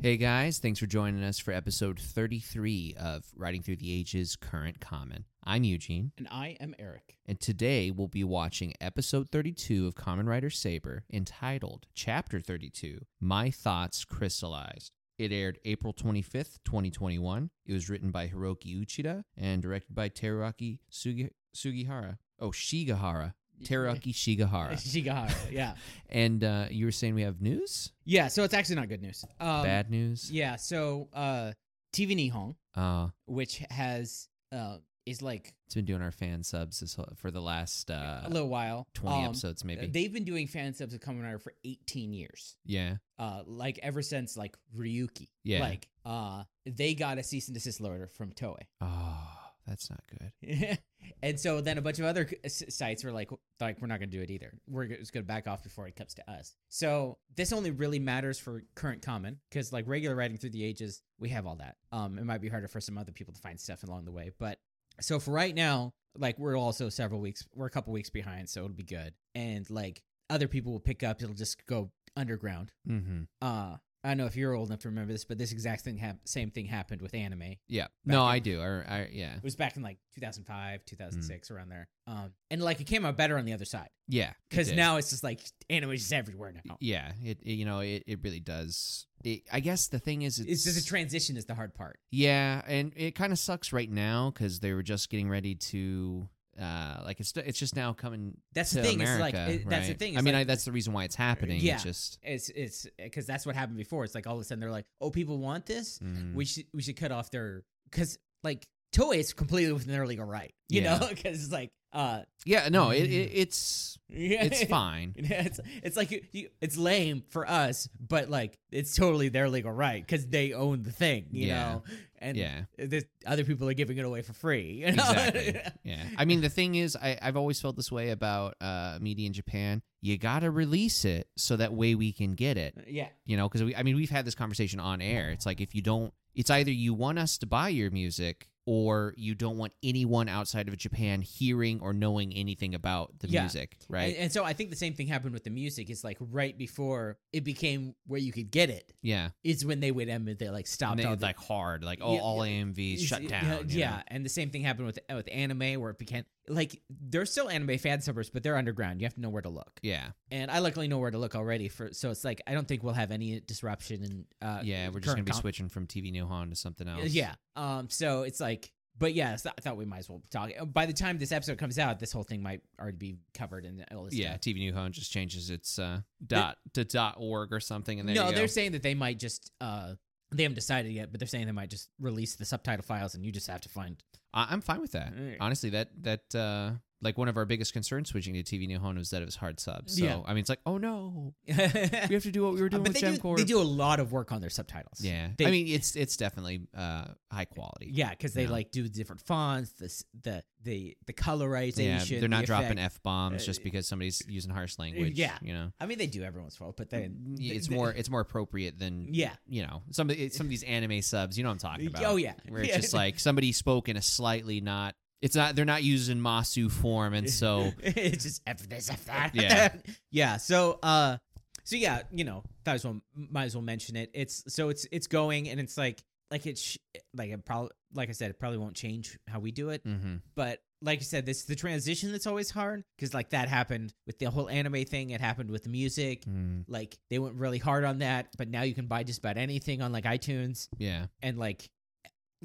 Hey guys, thanks for joining us for episode 33 of Riding Through the Ages Current Common. I'm Eugene, And I am Eric. and today we'll be watching episode 32 of Common Rider Saber entitled Chapter 32 My Thoughts Crystallized. It aired April 25th, 2021. It was written by Hiroki Uchida and directed by Teraki Sugi- Sugihara. Oh, Shigahara. Teraki Shigahara. Shigahara, yeah. And uh, you were saying we have news? Yeah, so it's actually not good news. Um, Bad news? Yeah, so uh, TV Nihon, Uh, which has, uh, is like It's been doing our fan subs this whole, for the last uh, a little while. 20 um, episodes, maybe. They've been doing fan subs of Kamen Rider for 18 years. yeah. Uh, like ever since like Ryuki. Yeah. Like uh, they got a cease and desist letter from Toei. Oh, that's not good. and so then a bunch of other s- sites were like, like we're not going to do it either. We're g- just going to back off before it comes to us. So this only really matters for current common because like regular writing through the ages, we have all that. Um, it might be harder for some other people to find stuff along the way, but so for right now, like we're also several weeks, we're a couple weeks behind, so it'll be good. And like other people will pick up, it'll just go underground. Mm-hmm. Uh, I don't know if you're old enough to remember this, but this exact thing hap- same thing happened with anime. Yeah. no, in- I do. I, I, yeah. It was back in like Mm. 2005, 2006, around there. Um, and like it came out better on the other side Yeah. it because did. now it's just like anime is everywhere now. Yeah. It, it- you know it, it really does. It, I guess the thing is It's just a transition is the hard part. Yeah, and it kind of sucks right now because they were just getting ready to. Uh, like it's it's just now coming That's to the thing. America. it's like it- that's the right? I thing. it's mean, like- I, that's the reason why it's happening. Yeah. It's just it's it's because that's what happened before. It's like all of a sudden they're like, oh, people want this. mm, We should we should cut off their because like Toei is completely within their legal right. You Yeah. know because like uh yeah. No, it, it it's yeah it's fine. It's it's like you, you, it's lame for us, but like it's totally their legal right because they own the thing, you Yeah. know. And yeah. this, other people are giving it away for free. You know? Exactly. yeah. I mean, the thing is, I, I've always felt this way about uh, media in Japan. You got to release it so that way we can get it, yeah. you know? Because, I mean, we've had this conversation on air. It's like if you don't, it's either you want us to buy your music or you don't want anyone outside of Japan hearing or knowing anything about the Yeah. music, right? And, and so I think the same thing happened with the music. It's like right before it became where you could get it yeah. is when they would admit they like And stopped then all it's the- like hard, like, oh, Yeah, all yeah. AMVs shut Yeah, down. you know? Yeah, and the same thing happened with with anime where it became like there's still anime fan subbers, but they're underground. You have to know where to look. Yeah. and I luckily know where to look already for so it's like I don't think we'll have any disruption in uh Yeah. We're just going current to be com- switching from TV Nihon to something else. Yeah. Um so it's like but yeah, so I thought we might as well talk. Uh, By the time this episode comes out, this whole thing might already be covered and all this Yeah, stuff. TV New Home just changes its uh, dot to dot org or something, and there no, you go. they're saying that they might just uh they haven't decided yet, but they're saying they might just release the subtitle files and you just have to find I- I'm fine with that. Alright. Honestly, that that uh, like one of our biggest concerns switching to TV New Home was that it was hard subs. So Yeah. I mean, it's like, oh no, we Uh, But have to do what we were doing with they Gem do, they do a lot of work on their subtitles. Yeah, they- I mean, it's it's definitely uh, high quality. Yeah, because they Yeah. like do different fonts, the s- the the the Yeah, colorization. they're not the dropping effect. f bombs Uh, just because somebody's using harsh language. yeah. you know, I mean, they do every once in a while, but then Mm, it's they- more it's more appropriate than Yeah. you know some of the- some of these anime subs. You know what I'm talking about? Oh yeah. where it's Yeah. just like somebody spoke in a slightly not it's not they're not using masu form and so it's just F this, F that. Yeah. yeah. So uh, so yeah, you know, might as well might as well mention it. It's so it's it's going and it's like like it's sh- like it probably like I said, it probably won't change how we do it, hmm but. Like you said, this the transition that's always hard because like that happened with the whole anime thing. It happened with the music. Mm. mm-hmm, Like they went really hard on that, but now you can buy just about anything on like iTunes. yeah and like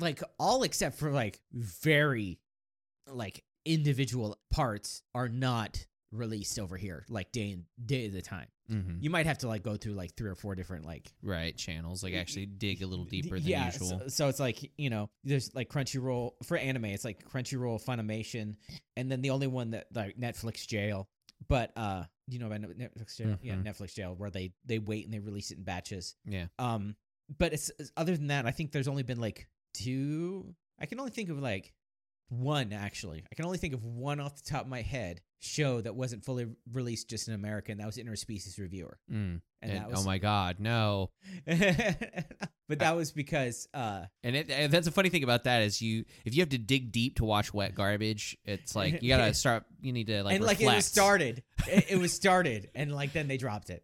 like all except for like very like individual parts are not released over here like day and day at a time hmm you might have to like go through like three or four different like right channels like actually dig a little deeper than yeah, so- usual So, it's like you know, there's like Crunchyroll for anime. It's like Crunchyroll, Funimation, and then the only one that like Netflix jail. But uh, you know about Net- Netflix jail, yeah, Mhm. Netflix jail, where they they wait and they release it in batches. Yeah. Um, but it's it's- other than that, I think there's only been like two. I can only think of like one actually. I can only think of one off the top of my head show that wasn't fully released just in America, and that was Interspecies Reviewer, Mm. and, And- that was oh my god no but that was because uh and, it, and that's a funny thing about that is you if you have to dig deep to watch wet garbage it's like you gotta start you need to like and like it was reflect. started it, it was started and like then they dropped it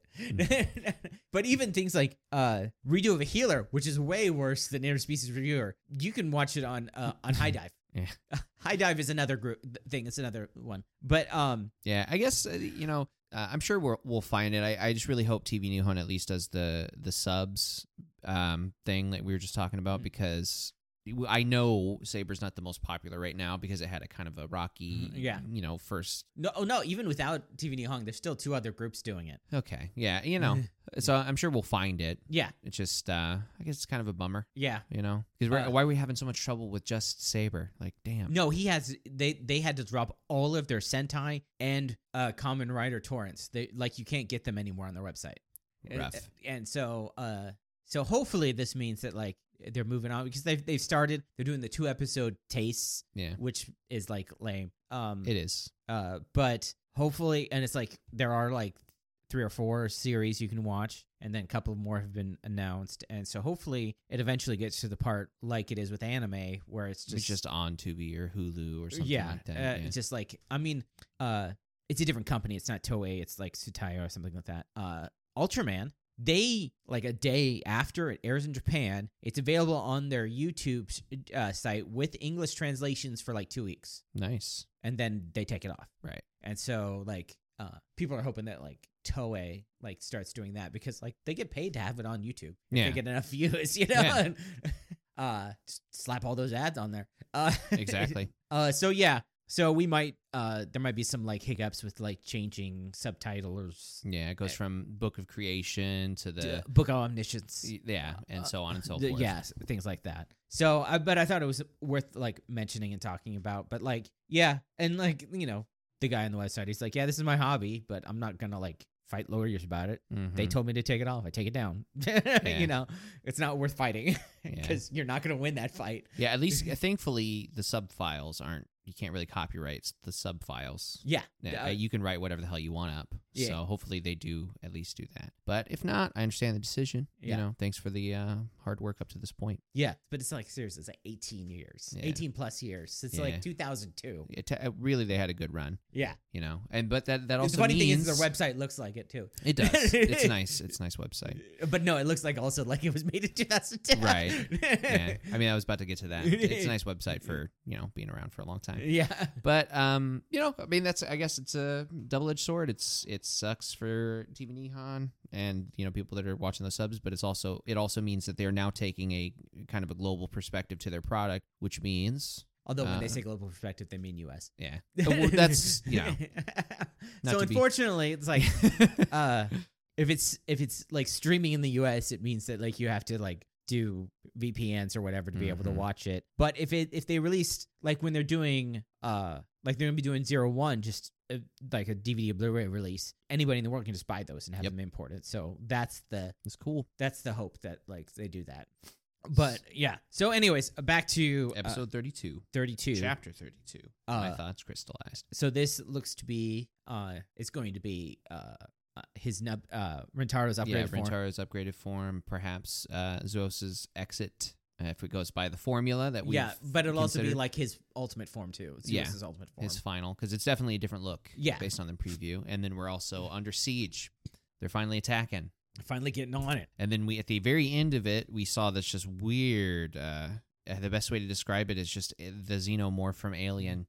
But even things like uh, Redo of a Healer, which is way worse than Interspecies Reviewer, you can watch it on uh, on High Dive. Yeah. High Dive is another group thing. It's another one. But um, Yeah, I guess uh, you know. Uh, I'm sure we'll we'll find it. I, I just really hope TV Nihon at least does the the subs um thing that we were just talking about Mhm. because w- I know Saber's not the most popular right now because it had a kind of a rocky, Mhm, yeah. you know, first. no, oh no, even without TV Nihong, there's still two other groups doing it. Okay, yeah, you know. so I'm sure we'll find it. Yeah, It's just, uh I guess, it's kind of a bummer, yeah. you know, because Uh, why are we having so much trouble with just Saber? Like, damn. No, he has. They they had to drop all of their Sentai and uh, Common Rider torrents. They like you can't get them anymore on their website. And- Rough. And so, uh, so hopefully this means that like they're moving on because they've they've started. They're doing the two episode tastes, Yeah. which is like lame. Um, It is. uh, but hopefully, and it's like there are like three or four series you can watch, and then a couple more have been announced, and so hopefully it eventually gets to the part like it is with anime where it's It's just just on Tubi or Hulu or something like that. uh, yeah. it's just like I mean, uh, it's a different company. It's not Toei. It's like Tsutaya or something like that. Uh, Ultraman. They like a day after it airs in Japan. It's available on their YouTube s- uh, site with English translations for like two weeks, nice. and then they take it off. Right. And so like uh, people are hoping that like Toei like starts doing that because like they get paid to have it on YouTube Yeah. they get enough views, you know. Yeah. And, uh, just slap all those ads on there. Uh, exactly. Uh, so yeah, so we might uh, there might be some like hiccups with like changing subtitles, Yeah, it goes Uh, from Book of Creation to uh, the book of omniscience, yeah, and uh, so on and so the- forth. yes, things like that. So, I, but I thought it was worth like mentioning and talking about. But like, yeah, and like you know, the guy on the website, he's like, yeah, this is my hobby, but I'm not gonna like fight lawyers about it. Mhm. They told me to take it off. I take it down. You know, it's not worth fighting Yeah. because you're not going to win that fight. yeah, at least uh, thankfully the sub files aren't. You can't really copyright the sub files. Yeah. Yeah, Uh, you can write whatever the hell you want up. Yeah. So hopefully they do at least do that. But if not, I understand the decision. Yeah. You know, thanks for the uh, hard work up to this point. yeah. But it's like, seriously, it's like 18 years, Yeah. 18 plus years since Yeah. like 2002. It, uh, really, they had a good run. Yeah. You know, and but that that also the funny means thing is, their website looks like it too. It does. it's nice. It's a nice website. But no, it looks like also like it was made in 2010. Right. Yeah. I mean, I was about to get to that. It's a nice website for you know being around for a long time. yeah. But um, you know, I mean, that's I guess it's a double edged sword. It's it sucks for TV Nihon and you know people that are watching the subs, but it's also it also means that they're now taking a kind of a global perspective to their product, which means Although when they Uh, say global perspective, they mean U.S. yeah, Uh, well, that's you know not so to be- unfortunately, it's like uh if it's if it's like streaming in the US it means that like you have to like do VPNs or whatever to be able to Mhm. watch it. But if it if they released like when they're doing uh like they're going to be doing zero one just uh, like a DVD or Blu-ray release, anybody in the world can just buy those and have Yep. them imported. So that's the it's cool. that's the hope that like they do that. But yeah. So anyways, back to uh, Episode thirty two, 32. chapter thirty two. my Uh, thoughts crystallized. so this looks to be uh it's going to be uh uh, his nub uh Rentaro's yeah, upgrade form. Rentaro's upgraded form, perhaps uh, Zeus's exit, uh, if it goes by the formula that we yeah, but it'll also be considered. like his ultimate form too. It's Yeah, his ultimate form. his final because it's definitely a different look. Yeah. based on the preview, and then we're also under siege. They're finally attacking, Finally getting on it. and then we at the very end of it, we saw this just weird. Uh, uh, the best way to describe it is just uh, the xenomorph from Alien.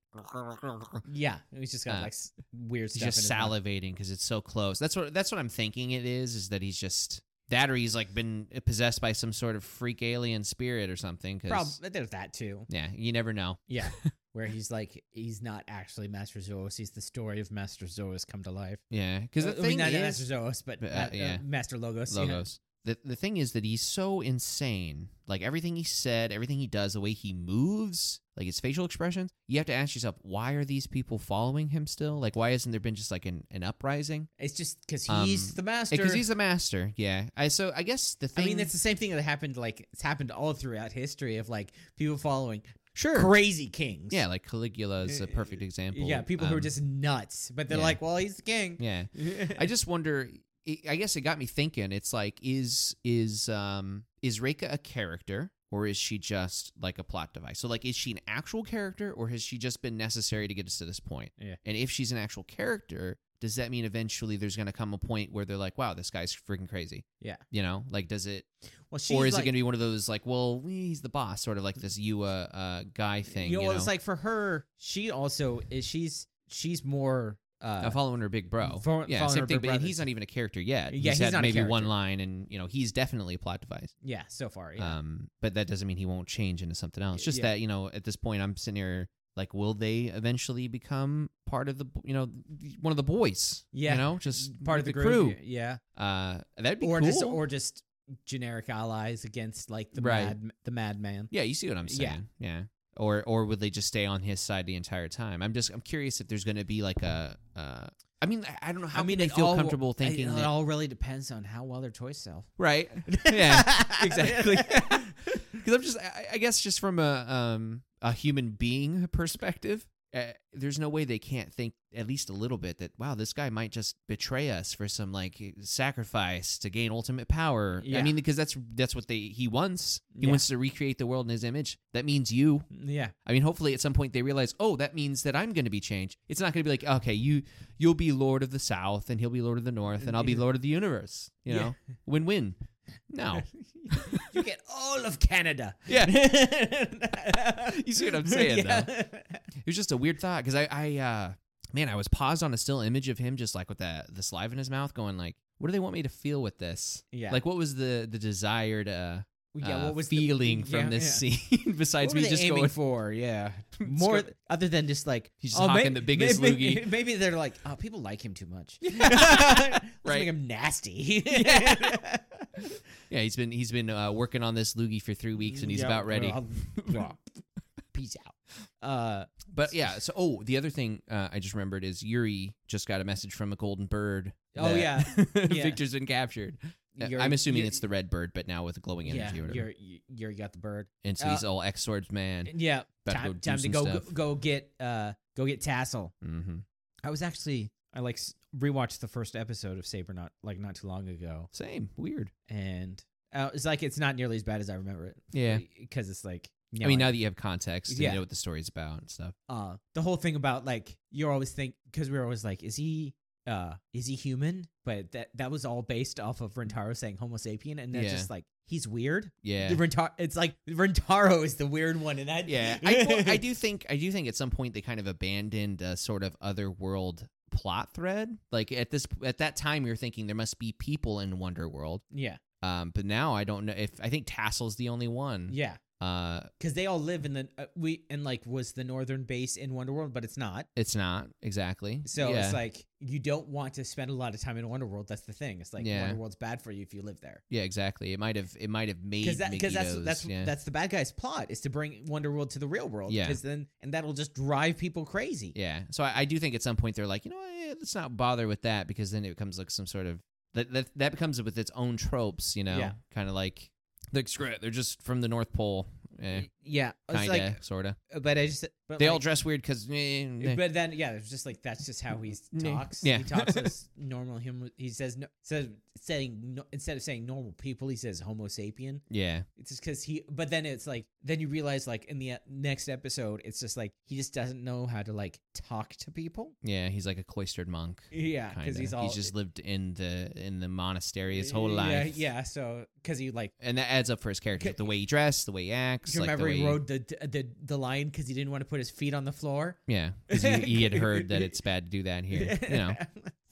Yeah, he's just got Uh, like s- weird He's stuff. just in his mouth. salivating because it's so close. That's what that's what I'm thinking. It is is that he's just that, or he's like been possessed by some sort of freak alien spirit or something. 'cause- Prob- there's that too. yeah, you never know. Yeah, where he's like he's not actually Master Zoos. He's the story of Master Zoos come to life. Yeah, because the Uh, I mean, thing not is, Master Zoos, but But, uh, Ma- uh, yeah. Master Logos. yeah. logos. The the thing is that he's so insane. Like everything he said, everything he does, the way he moves, like his facial expressions, you have to ask yourself, why are these people following him still? Like why hasn't there been just like an, an uprising? It's just because Um, he's the master. Because he's the master. Yeah. I so I guess the thing I mean, that's the same thing that happened. Like it's happened all throughout history of like people following sure. crazy kings. Yeah, like Caligula is a perfect example. yeah, people who are Um, just nuts, but they're yeah. like, well, he's the king. Yeah. I just wonder. I I guess it got me thinking. It's like, is is um is Reika a character or is she just like a plot device? So like, is she an actual character or has she just been necessary to get us to this point? Yeah. And if she's an actual character, does that mean eventually there's going to come a point where they're like, wow, this guy's freaking crazy? Yeah. You know, like, does it, Well, she's or is like, it going to be one of those, like, well, he's the boss, sort of like this you, uh, uh guy thing? You You, know, know, it's like for her, she also is. She's she's more. Uh, I'm following her big bro. Fo- yeah, following same thing. her big But and brother. he's not even a character yet. Yeah, he's, he's had not a maybe one character. line, and you know, he's definitely a plot device. yeah, so far. Yeah. Um, but that doesn't mean he won't change into something else. Just Yeah. that you know, at this point, I'm sitting here like, will they eventually become part of the b- you know one of the boys? Yeah. you know, just Mm, part of the, with crew. Yeah. Uh, that'd be Or cool. just or just generic allies against like the Right. mad the madman. yeah, you see what I'm Yeah. saying? Yeah. Or or would they just stay on his side the entire time? I'm just I'm curious if there's going to be like a. Uh, I mean, I- I don't know how I mean, can it they feel all- comfortable I- thinking it, that, all really depends on how well their toys sell. right? Yeah. exactly. Because I'm just, I, I guess, just from a um a human being perspective, uh, there's no way they can't think at least a little bit that wow, this guy might just betray us for some like sacrifice to gain ultimate power. I Yeah. mean, because that's that's what they he wants. He Yeah. wants to recreate the world in his image. That means you. yeah. I mean, hopefully at some point they realize, oh, that means that I'm going to be changed. It's not going to be like, okay, you you'll be Lord of the South and he'll be Lord of the North and I'll be Lord of the Universe. You Yeah. know, win win. No. you get all of Canada. Yeah. you You see what I'm saying, though? It was just a weird thought because I, I, uh, man, I was paused on a still image of him just like with that the saliva in his mouth, going like, "What do they want me to feel with this? Yeah. Like, what was the the desired uh, yeah, uh, what was the- feeling from yeah, this yeah. scene besides What me were they just aiming going for? Yeah, more go- other than just like He's just oh, may- hawking the biggest maybe, loogie." Maybe they're like, oh, people like him too much. right, Right. make him nasty. Yeah, he's been he's been uh, working on this loogie for three weeks and he's Yeah, about ready. well, well, Peace out. Uh, But yeah, so oh, the other thing uh, I just remembered is Yuri just got a message from a golden bird. Oh, that yeah. Yeah. Victor's been captured. Uh, Yuri- I'm assuming Yuri- it's the red bird, but now with glowing yeah, energy or whatever. you're, you- you're you got the bird. and so uh, he's all ex swordsman. Yeah, About to go time, do time to some go, go stuff. go get uh go get tassel. Mm-hmm. I was actually I like s- rewatched the first episode of Saber not like not too long ago, Same, weird. and uh, it's like it's not nearly as bad as I remember it. Yeah. because it's like I mean, now now that you have context, and Yeah. you know what the story's about and stuff. uh the whole thing about like you're always think because we are always like is he uh is he human but that that was all based off of rentaro saying homo sapien and that's Yeah. just like he's weird Yeah, the rentaro it's like rentaro is the weird one and that yeah. I, well, I do think I do think at some point they kind of abandoned a sort of otherworld plot thread. Like at this at that time, you're thinking there must be people in Wonder World, yeah um, but now I don't know if I think Tassel's the only one. yeah Uh, because they all live in the uh, we and like was the northern base in wonderworld but it's not it's not exactly. so yeah. it's like you don't want to spend a lot of time in wonderworld that's the thing it's like Yeah. wonderworld's bad for you if you live there yeah, exactly. It might have it might have made because Megiddo's, that's that's yeah. that's the bad guy's plot is to bring Wonderworld to the real world. Yeah. Because then and that'll just drive people crazy. Yeah. So I, I do think at some point they're like, you know, what, eh, let's not bother with that because then it becomes like some sort of that that, that becomes with its own tropes, you know, Yeah. kind of like like screw it, they're just from the North Pole, eh, Yeah, it's kind of, like, sort of. but I just but They like, eh, all dress weird eh, because, But then yeah, it's just like that's just how he Meh. talks. Yeah. he talks as normal human. He says no, says saying no, instead of saying normal people, he says Homo sapien. yeah, It's just because he. But then it's like then you realize like in the uh, next episode, it's just like he just doesn't know how to like talk to people. yeah, he's like a cloistered monk. Yeah, Kind of. because he's all eh, just lived in the in the monastery his whole yeah, life. Yeah, so because he like. and that adds up for his character. Ca- like, the way he dressed, the way he acts. Do you like, the remember he way- rode the the the lion because he didn't want to put his feet on the floor? Yeah, because he, he had heard that it's bad to do that here. You know,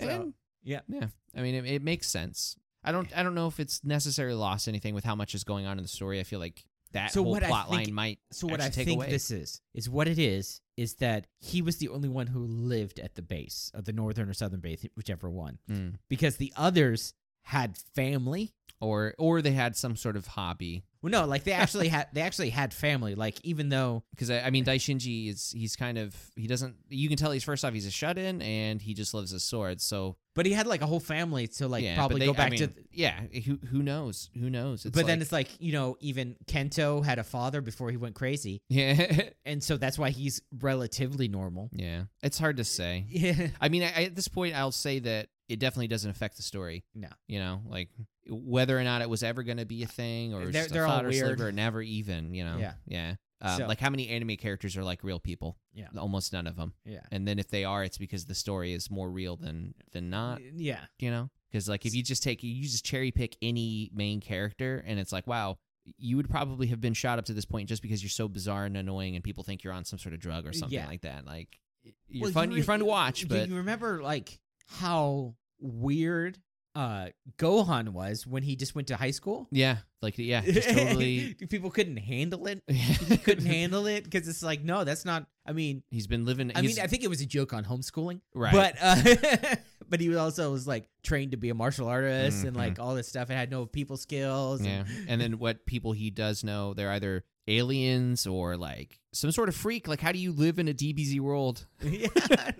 So, And- yeah. yeah. I mean, it, it makes sense. I don't, I don't know if it's necessarily lost anything with how much is going on in the story. I feel like that So whole what I plot think- line might. so what Actually I take think away. this is is what it is is that he was the only one who lived at the base of the northern or southern base, whichever one, Mm. because the others had family. Or, or they had some sort of hobby. Well, no, like they actually had they actually had family. Like even though Because I, I mean, Daishinji is he's kind of he doesn't. You can tell he's first off he's a shut in and he just loves his sword. So but he had like a whole family to like yeah, but probably they- go I back to. mean, yeah. Who who knows? Who knows? but then it's like you know even Kento had a father before he went crazy, yeah, and so that's why he's relatively normal. yeah. It's hard to say. Yeah. I mean, I, I- at this point, I'll say that it definitely doesn't affect the story. No. you know, like whether or not it was ever going to be a thing, or They're- just they're a all thought or weird. sliver, or never even. You know, Yeah. yeah. Um, So- like how many anime characters are like real people? Yeah. almost none of them. Yeah. And then if they are, it's because the story is more real than than not. yeah. You know, because like if you just take you just cherry pick any main character, and it's like wow. You would probably have been shot up to this point just because you're so bizarre and annoying, and people think you're on some sort of drug or something Yeah. like that. Like you're Well, fun, you you are re- fun to watch, you- but you remember like how weird uh Gohan was when he just went to high school? yeah, like yeah, just totally. People couldn't handle it. He couldn't handle it because it's like, no, that's not. I mean, He's been living. I he's- mean, I think it was a joke on homeschooling, right, but uh, but he also was like trained to be a martial artist and Mhm. like all this stuff. It had no people skills. and- Yeah. And then what people he does know, they're either aliens or like some sort of freak. Like, how do you live in a DBZ world yeah,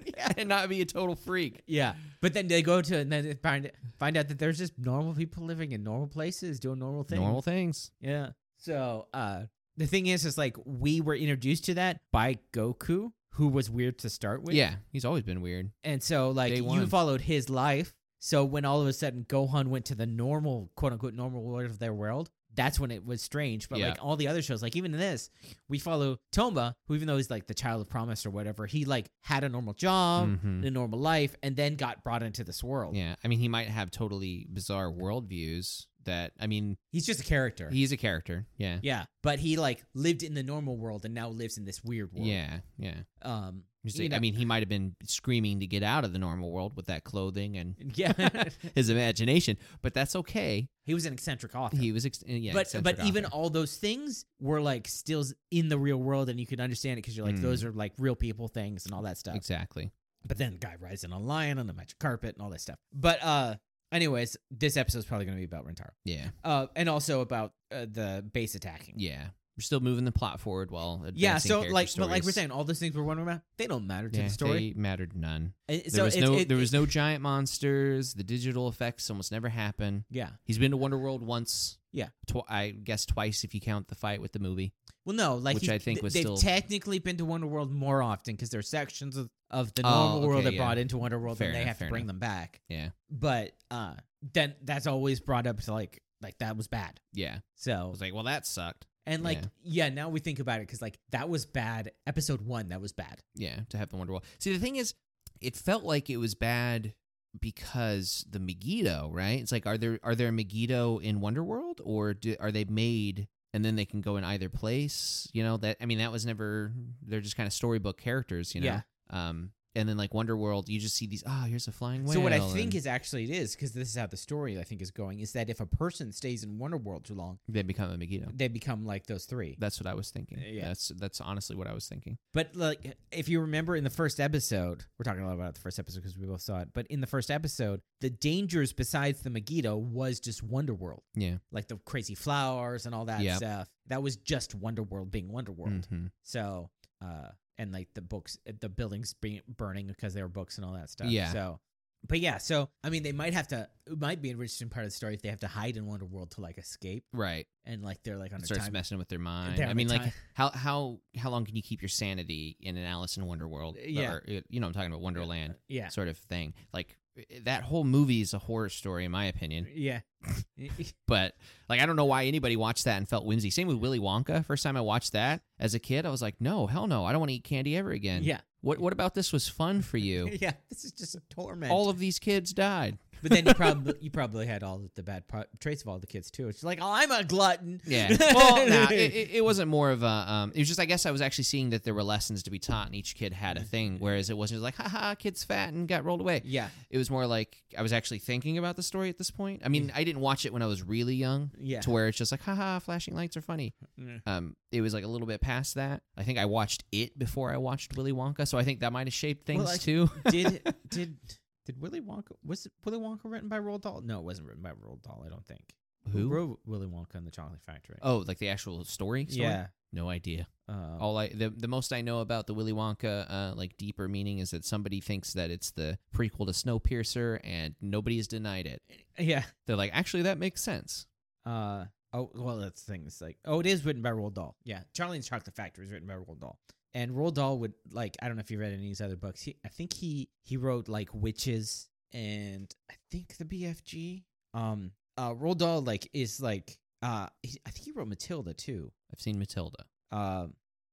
yeah. and not be a total freak? Yeah, but then they go to and then they find find out that there's just normal people living in normal places doing normal things. Normal things. Yeah. So uh, the thing is, is like we were introduced to that by Goku, who was weird to start with. yeah. He's always been weird. And so like Day you one. followed his life. So when all of a sudden Gohan went to the normal quote unquote normal world of their world, that's when it was strange. But Yeah. like all the other shows, like even this, we follow Tomba, who even though he's like the child of promise or whatever, he like had a normal job, Mhm. a normal life, and then got brought into this world. Yeah. I mean, he might have totally bizarre worldviews that, I mean, He's just a character. he's a character. Yeah. yeah. But he like lived in the normal world and now lives in this weird world. Yeah. Yeah. Um Just- You know- I mean, he might have been screaming to get out of the normal world with that clothing and yeah. his imagination, but that's okay. he was an eccentric author. He was, ex- yeah, but but eccentric even author. all those things were like still s- in the real world and you could understand it because you're like Mm. those are like real people things and all that stuff exactly. but then the guy rides on a lion on the magic carpet and all that stuff but uh anyways this episode's probably going to be about rentaro Yeah. uh and also about uh, the base attacking Yeah. We're still moving the plot forward while advancing yeah so character like but like we're stories. saying all those things we're wondering about they don't matter to Yeah, the story They mattered none. And There so was it's- no it- there was it- no giant monsters. The digital effects almost never happen. yeah He's been to Wonderworld once. Yeah. tw- I guess twice if you count the fight with the movie. well no like Which he- I think th- was they've still- technically been to wonder world more often because there's sections of, of the Oh, normal world okay, that yeah. brought into wonder world Fair and they enough, have to fair bring enough. them back Yeah, but uh then that's always brought up to like like that was bad yeah. I so was like, well, that sucked. and like yeah, now we think about it because like that was bad episode one that was bad Yeah, to have the Wonderworld. See, the thing is, it felt like it was bad because the Megiddo, right? It's like, are there are there Megiddo in Wonderworld, or do, are they made and then they can go in either place? You know that. I mean, that was never. They're just kind of storybook characters, you know. Yeah. Um, and then like Wonderworld, you just see these. Ah, here's a flying whale. so what i and think is actually it is because this is how the story i think is going is that if a person stays in wonder world too long they become a Megiddo. they become like those three That's what I was thinking. Yeah. That's that's honestly what I was thinking. But like, if you remember in the first episode, we're talking a lot about the first episode because we both saw it. But in the first episode, the dangers besides the Megiddo was just Wonderworld. Yeah. like the crazy flowers and all that Yep. stuff. That was just Wonderworld being Wonderworld. Mhm. So, uh, and like the books, the buildings being burning because they were books and all that stuff. Yeah. So, but yeah, so I mean, they might have to. It might be an interesting part of the story if they have to hide in Wonderworld to like escape Right. and like they're like on It a starts time. messing with their mind. they're I on mean, a like time- how how how long can you keep your sanity in an Alice in Wonderworld? Uh, Yeah. uh, Or, you know, I'm talking about Wonderland yeah, sort of thing. Like that whole movie is a horror story, in my opinion. yeah. But like, I don't know why anybody watched that and felt whimsy. Same with Willy Wonka. First time I watched that as a kid, I was like, no, hell no, I don't want to eat candy ever again. yeah, What What about this was fun for you? yeah. This is just a torment. All of these kids died. But then you probably you probably had all the bad pro- traits of all the kids too. It's like, oh, I'm a glutton. Yeah. Well, nah, it, it, it wasn't more of a. Um, it was just, I guess, I was actually seeing that there were lessons to be taught, and each kid Mm-hmm. had a thing. Whereas it wasn't just like, haha, kid's fat and got rolled away. yeah, It was more like I was actually thinking about the story at this point. I mean, I didn't watch it when I was really young, Mm. yeah. Mm-hmm. to where it's just like, haha, flashing lights are funny. Yeah. Um, it was like a little bit past that. I think I watched it before I watched Willy Wonka, so I think that might have shaped things Well, I- too. did did did Willy Wonka was it Willy Wonka written by Roald Dahl? No, it wasn't written by Roald Dahl. I don't think. wrote Willy Wonka and the Chocolate Factory? Oh, like the actual story? story? yeah. No idea. Um, All I the, the most I know about the Willy Wonka uh, like deeper meaning is that somebody thinks that it's the prequel to Snowpiercer and nobody's denied it. yeah. They're like, actually, that makes sense. Uh, oh, well, that's the thing. It's like, oh, it is written by Roald Dahl. Yeah, Charlie and the Chocolate Factory is written by Roald Dahl. And Roald Dahl would like, I don't know if you read any of his other books. He, I think he he wrote like Witches and I think the BFG. Um, uh, Roald Dahl like is like, uh, he, I think he wrote Matilda too. I've seen Matilda. Um,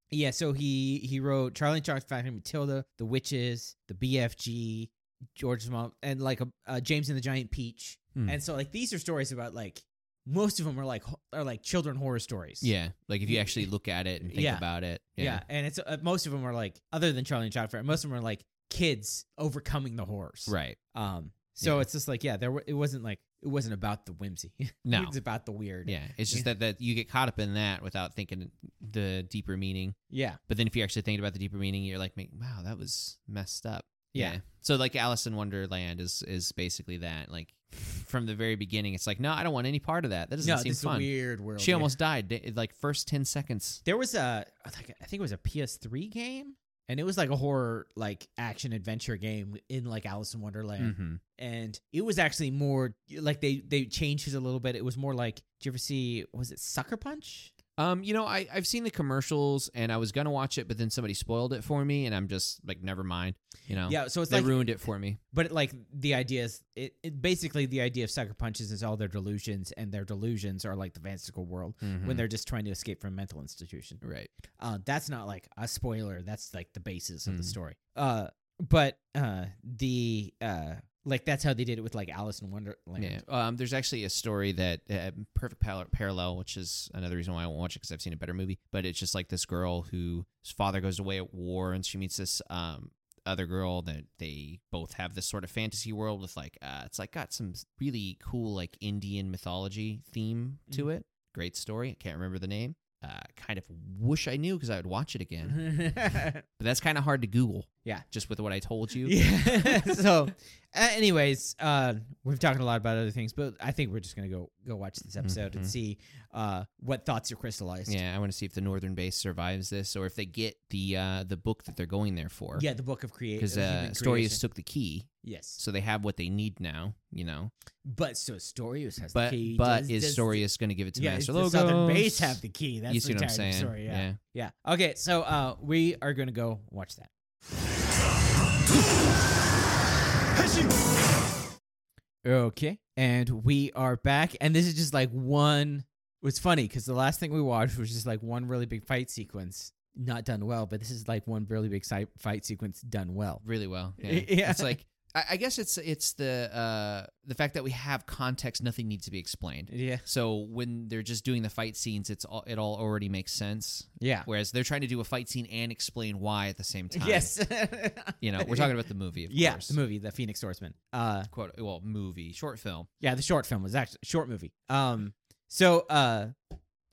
Yeah, so he he wrote Charlie and Chocolate Factory, Matilda, The Witches, The BFG, George's Mom, and like a, uh, James and the Giant Peach. Hmm. And so like these are stories about like most of them are like ho- are like children horror stories. Yeah, like if you actually look at it and think Yeah. about it. yeah, and it's uh, most of them are like other than Charlie and Chocolate Factory, most of them are like kids overcoming the horrors. Right. Um. So Yeah. it's just like yeah, there wa- it wasn't like it wasn't about the whimsy. No. it's about the weird. Yeah. It's just that that you get caught up in that without thinking the deeper meaning. Yeah. But then if you actually think about the deeper meaning, you're like, "Ma- wow, that was messed up. Yeah. So like Alice in Wonderland is is basically that. Like from the very beginning, it's like, no, I don't want any part of that. That doesn't No, seem this is a fun. weird world. She yeah. almost died. di- Like first ten seconds. There was a I think I think it was a PS3 game, and it was like a horror like action adventure game in like Alice in Wonderland, Mm-hmm. and it was actually more like they they changed it a little bit. It was more like did you ever see was it Sucker Punch? Um, you know, I I've seen the commercials and I was gonna watch it, but then somebody spoiled it for me, and I'm just like, never mind. You know, Yeah, so it's they like ruined it for me. but it, like the idea is it, it basically the idea of Sucker Punches is all their delusions, and their delusions are like the fantastical world Hmm. when they're just trying to escape from a mental institution. Mm-hmm. right. Uh, that's not like a spoiler. That's like the basis of the Mm. story. Uh, but uh, the uh, like that's how they did it with like Alice in Wonderland. Yeah. Um, there's actually a story that uh, perfect pal- parallel, which is another reason why I won't watch it because I've seen a better movie. But it's just like this girl whose father goes away at war, and she meets this um other girl that they both have this sort of fantasy world with like uh, it's like got some really cool like Indian mythology theme to it. Great story. I can't remember the name. Uh, kind of wish I knew because I would watch it again. But Yeah. that's kind of hard to Google. Mm-hmm. Yeah. Just with what I told you. so, uh, anyways, uh, we've talked a lot about other things, but I think we're just gonna go go watch this episode Mhm. and see uh, what thoughts are crystallized. Yeah, I want to see if the Northern Base survives this, or if they get the uh, the book that they're going there for. Yeah, the book of creation. because uh, Storius took the key, yes, so they have what they need now. You know, but so Storius has but the key. but Does- is does- Storius going to give it to Yeah, Master does Logo? the Southern Base have the key. That's you see what the I'm entire saying? story. yeah. Yeah. Okay. So uh, we are going to go watch that. Okay. And we are back. And this is just like one. It's funny because the last thing we watched was just like one really big fight sequence, not done well, but this is like one really big si- fight sequence done well. really well. Yeah. Yeah. it's like I, I guess it's it's the uh, the fact that we have context. Nothing needs to be explained. Yeah. So when they're just doing the fight scenes, it's all it all already makes sense. Yeah. Whereas they're trying to do a fight scene and explain why at the same time. Yes. you know, we're talking about the movie. Of yeah. course. The movie, The Phoenix Swordsman. Uh, quote well movie short film Yeah, the short film was actually short movie. Um, so uh,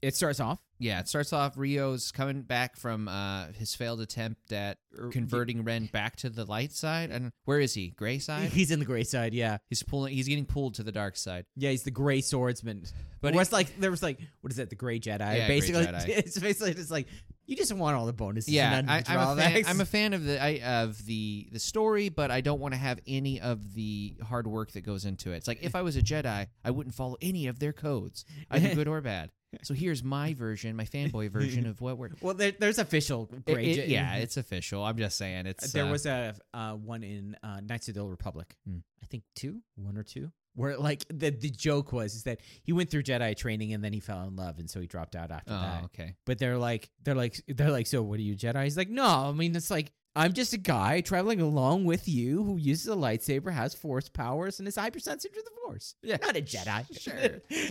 it starts off. yeah it starts off rio's coming back from uh his failed attempt at Er, converting ren back to the light side and where is he gray side He's in the gray side. Yeah, he's pulling he's getting pulled to the dark side yeah, he's the gray swordsman. But But where he- it's like there was like what is that? The gray Jedi. Grey basically, Jedi. it's basically just like you just want all the bonuses. yeah and none I, of the I'm, a fan, drawbacks. I'm a fan of the I, of the the story but i don't want to have any of the hard work that goes into it it's like if i was a jedi i wouldn't follow any of their codes either good or bad so here's my version my fanboy version of what we're well, there, there's official It- gray. it- Jedi. yeah it's official i'm just saying it's there uh, was a uh, one in uh, Knights of the Old Republic. Hmm. I think two, one or two. Where like the the joke was is that he went through Jedi training and then he fell in love and so he dropped out after that. oh okay but they're like they're like they're like so what are you jedi he's like no i mean it's like i'm just a guy traveling along with you who uses a lightsaber has force powers and is hypersensitive to the force Yeah. not a jedi Sure.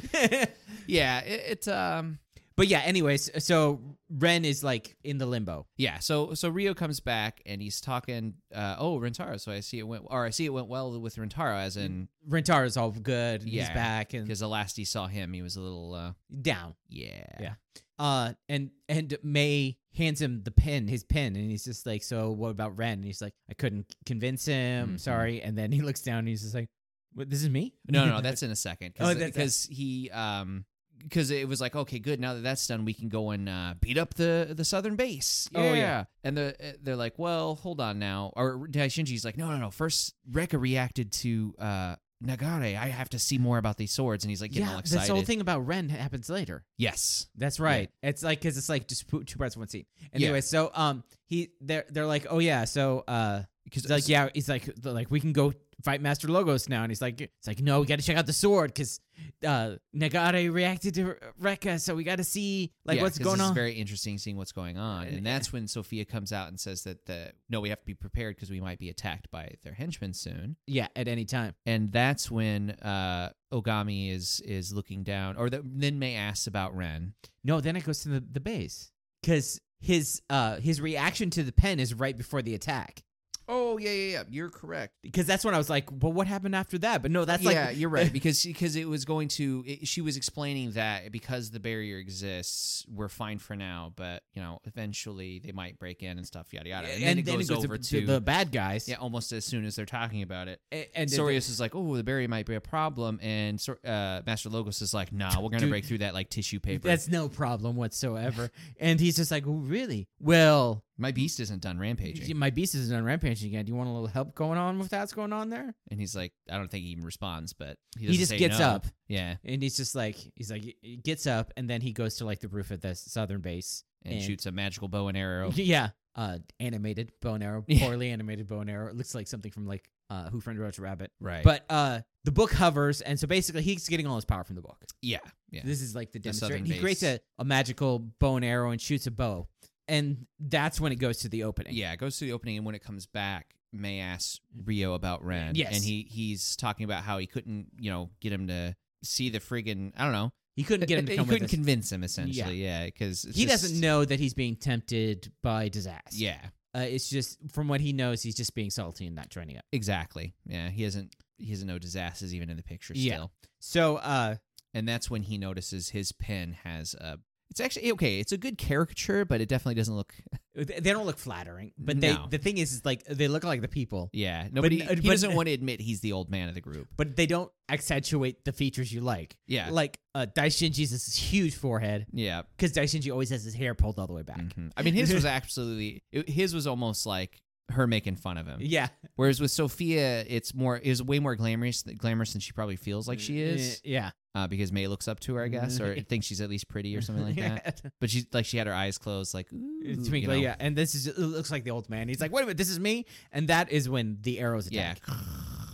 Yeah, it, it um but yeah anyways so ren is like in the limbo yeah, so so Rio comes back and he's talking uh oh, Rentaro, so I see it went or I see it went well with Rentaro as in rentaro's all good and he's Yeah, back and because the last he saw him he was a little uh down yeah. Yeah. uh and and may hands him the pen his pen and he's just like so what about ren and he's like i couldn't c- convince him Mhm. sorry and then he looks down and he's just like what, this is me No, no, that's in a second Oh, cuz that's- he um because it was like okay good now that that's done we can go and uh, beat up the the southern base Oh, yeah. and the, uh, they're like well hold on now or Daishinji's like no no no first Rekka reacted to uh Nagare I have to Mm-hmm. see more about these swords and he's like getting all excited this whole thing about Ren happens later. yes That's right. It's like because it's like just pu- two parts of one scene. Yeah. Anyway, so um, he they're they're like, oh yeah, so uh, because he's like yeah, he's like they're like we can go Fight Master Logos now, and he's like, it's like, no, we got to check out the sword because uh, Nagare reacted to Rekka, so we got to see like Yeah, what's 'cause going this on. Is Eh, very interesting seeing what's going on, and Yeah. that's when Sophia comes out and says that the no, we have to be prepared because we might be attacked by their henchmen soon. yeah, at any time. And that's when uh, Ogami is is looking down, or the, then May asks about Ren. No, then it goes to the, the base because his uh his reaction to the pen is right before the attack. Oh yeah, yeah, yeah. You're correct. Because that's when I was like, well, what happened after that? But no, that's yeah, like you're right because because it was going to. It, she was explaining that because the barrier exists, we're fine for now, but you know, eventually they might break in and stuff, yada yada. And, then, it goes, over to, the bad guys. yeah, almost as soon as they're talking about it. A- and, then- Sorius is like, oh, the barrier might be a problem, and Sor- uh, Master Logos is like, nah, we're gonna Dude, break through that like tissue paper. That's no problem whatsoever. and he's just like, oh, really? Well, My beast isn't done rampaging, my beast is on rampaging again. Do you want a little help going on with that's going on there? and he's like, I don't think he even responds, but he, He, doesn't just say gets no. up yeah, and he's just like, he's like, he gets up and then he goes to like the roof of the southern base. and, And- shoots a magical bow and arrow. Yeah. Uh, animated bow and arrow, Yeah. poorly animated bow and arrow. It looks like something from like uh, Who Framed Roger Rabbit. Right, But uh, the book hovers, and so basically he's getting all his power from the book. yeah, yeah. This is like the The southern demonstration. He creates base. a, a magical bow and arrow and shoots a bow, and that's when it goes to the opening. Yeah, it goes to the opening, and when it comes back, May asks Rio about Ren. Yes. and he he's talking about how he couldn't, you know, get him to see the friggin' I don't know, he couldn't get him to he come couldn't with us. convince him essentially. Yeah, because He doesn't know that he's being tempted by disaster. Yeah, uh, it's just from what he knows, he's just being salty and not joining up. exactly. Yeah, he hasn't he doesn't know disasters even in the picture Yeah. still, So, uh, and that's when he notices his pen has a. It's actually okay. It's a good caricature, but it definitely doesn't look. th- they don't look flattering, but they No. the thing is, is like they look like the people, Yeah, nobody. n- uh, he but- doesn't want to admit he's the old man of the group. but they don't accentuate the features you like. Yeah, Like uh, Daishinji's this huge forehead yeah. because Daishinji always has his hair pulled all the way back. Mhm. I mean, his was absolutely. It, his was almost like her making fun of him. Yeah, Whereas with Sophia, it's more is way more glamorous glamorous than she probably feels like she is, Mm, Yeah, Mm-hmm. uh, because May looks up to her, I guess, or thinks she's at least pretty or something like that. But she's like she had her eyes closed, like ooh, Mm, you It's twinkly, know. yeah. And this is it looks like the old man. He's like, wait a minute, this is me. And that is when the arrows yeah. attack.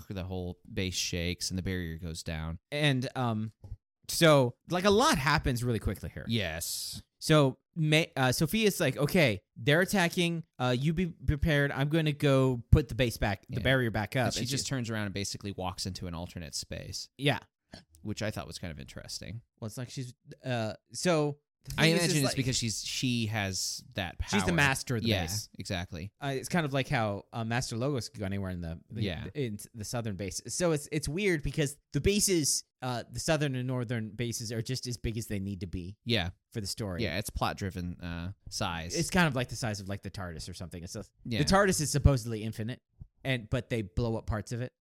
The whole base shakes and the barrier goes down. And um, so like a lot happens really quickly here. Yes, So May, uh, Sophia's like, okay, they're attacking. Uh, you be prepared. I'm going to go put the base back, the Yeah. barrier back up. and she And just turns around and basically walks into an alternate space, yeah. which I thought was kind of interesting. Well, it's like she's uh. So the I thing is, imagine is it's like- because she's she has that power. she's the master of the Yeah, base. exactly. Uh, it's kind of like how uh, Master Logos could go anywhere in the, the Yeah. in the southern base. So it's it's weird because the bases, uh, the southern and northern bases are just as big as they need to be Yeah, for the story. yeah. It's plot driven uh, size. it's kind of like the size of like the TARDIS or something. It's just, yeah. the TARDIS is supposedly infinite, and but they blow up parts of it.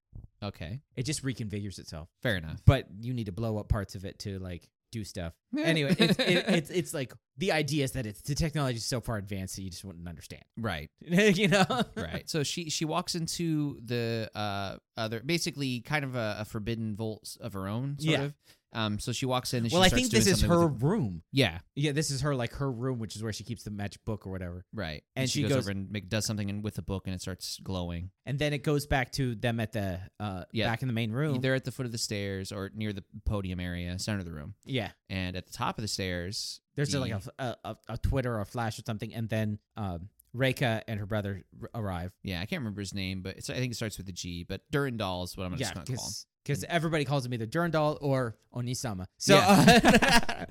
okay, It just reconfigures itself, fair enough. but you need to blow up parts of it to like do stuff. Anyway, it's, it, it's it's like the idea is that it's the technology is so far advanced that you just wouldn't understand. right. you know, right so she she walks into the uh other basically kind of a, a forbidden vault of her own sort Yeah. of um so she walks in and Well, she I starts think this doing is something her with room. the- yeah Yeah, this is her like her room, which is where she keeps the magic book or whatever. right And she, she goes, goes- over and make, does something in, with the book and it starts glowing And then it goes back to them at the uh Yeah. back in the main room. they're at the foot of the stairs or near the podium area center of the room yeah. and at the top of the stairs There's the, like a, a a- a Twitter or a flash or something, and then um Reika and her brother r- arrive. yeah i can't remember his name but it's, i think it starts with a g but durandal is what i'm gonna, yeah, just gonna call him because everybody calls him either Durandal or Onisama. So Yeah.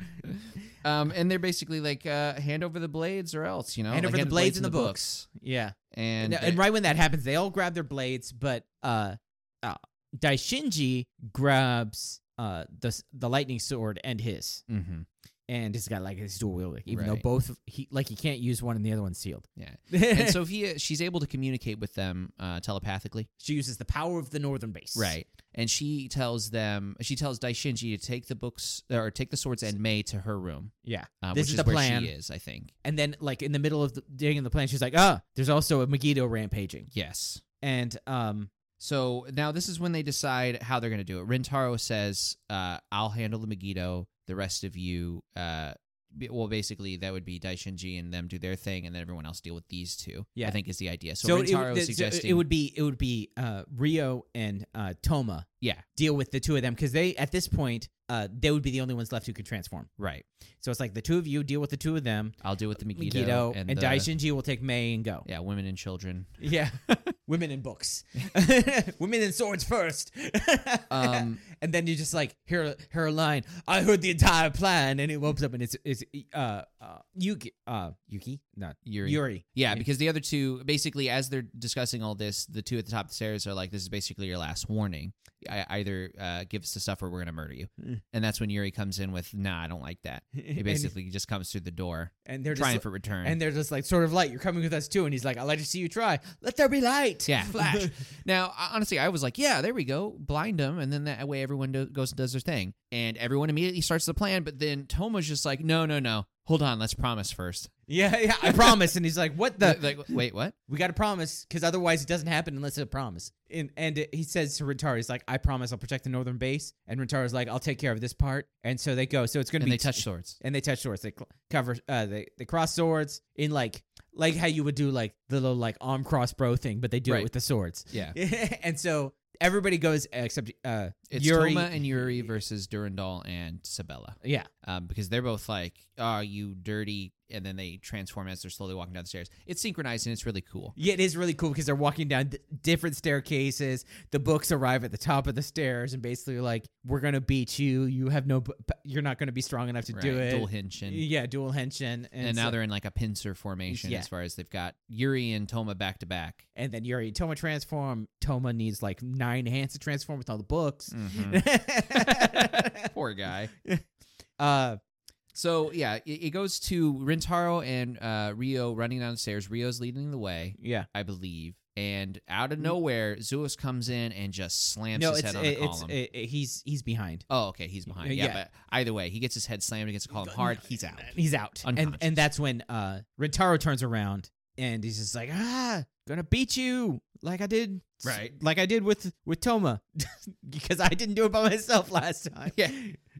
uh, um and they're basically like uh hand over the blades or else you know Hand like, over the blades and the books, yeah, and and, they- and right when that happens, they all grab their blades, but uh, uh Daishinji grabs uh the s- the lightning sword and his. Mhm. and it's got like it's dual wielding, even though Right. both he like he can't use one and the other one's sealed. Yeah. and and so Sophia, she's able to communicate with them uh, telepathically. she uses the power of the northern base. And she tells them, she tells Daishinji to take the books or take the swords and May to her room, Yeah. uh, This which is is, the where plan. she is, I think. And then like in the middle of the, digging the plan, she's like, ah, there's also a Megiddo rampaging. Yes. And um So now this is when they decide how they're going to do it. Rintaro says, uh, I'll handle the Megiddo, the rest of you uh, b- well, basically that would be Daishinji and them do their thing, and then everyone else deal with these two. I Yeah. think is the idea. So, So, it, Rentaro would- is so it- suggesting it would be it would be uh, Rio and uh, Toma yeah, deal with the two of them because they at this point uh, they would be the only ones left who could transform. right. So it's like the two of you deal with the two of them. I'll deal with the Megiddo, Megiddo and, and, the, Daishinji will take May and go. Yeah, women and children. Yeah. Women in books. Women in swords first. Um, and then you just like hear her line, I heard the entire plan and it opens up and it's it's uh, uh Yuki uh Yuki? Not Yuri. Yuri. Yeah, because the other two, basically, as they're discussing all this, the two at the top of the stairs are like, "This is basically your last warning. I, either uh, give us the stuff, or we're gonna murder you." Mm. And that's when Yuri comes in with, "Nah, I don't like that." He And- basically just comes through the door, and, they're trying just for return. and they're just like sort of light, you're coming with us too, and he's like, I'd like to see you try. Let there be light. yeah, flash. now, I- honestly, I was like, "Yeah, there we go, blind them," and then that way everyone do- goes and does their thing, and everyone immediately starts the plan. But then Toma's just like, "No, no, no, hold on, let's promise first. yeah, yeah, I promise. And he's like, What the like, wait, what? We got to promise, because otherwise it doesn't happen unless it's a promise. And, and he says to Rentaro, he's like, I promise I'll protect the northern base. And Rentaro's like, I'll take care of this part. And so they go. So it's going to And they be. touch swords. and they touch swords. They cl- cover, uh, they, they cross swords in like, like how you would do like the little like arm cross bro thing, but they do Right. it with the swords. Yeah, and so everybody goes except, uh, it's Yuri- Toma and Yuri versus Durandal and Sabella. yeah. um, because they're both like, "Oh, you dirty," and then they transform as they're slowly walking down the stairs. It's synchronized and it's really cool. Yeah, it is really cool because they're walking down d- different staircases. The books arrive at the top of the stairs and basically like, we're gonna beat you. You have no, b- p- you're not gonna be strong enough to right? do it. Dual Henshin. yeah, dual henshin, and, And, now so- they're in like a pincer formation Yeah. as far as they've got Yuri and Toma back to back. and then Yuri Toma transform. Toma needs like nine hands to transform with all the books. Mhm. Poor guy. uh, So yeah, it, it goes to Rintaro and uh, Rio running down the stairs. Rio's leading the way, yeah. I believe. And out of nowhere, Zeus comes in and just slams Mm. No, his it's head on it- a it's column. it- it- he's he's behind. oh, okay, he's behind. Yeah, Yeah. but either way, he gets his head slammed against a column hard. He's out. He's out. And Unconscious. and that's when uh Rentaro turns around and he's just like, "Ah, gonna beat you like I did." Right. Like I did with with Toma because I didn't do it by myself last time. Yeah.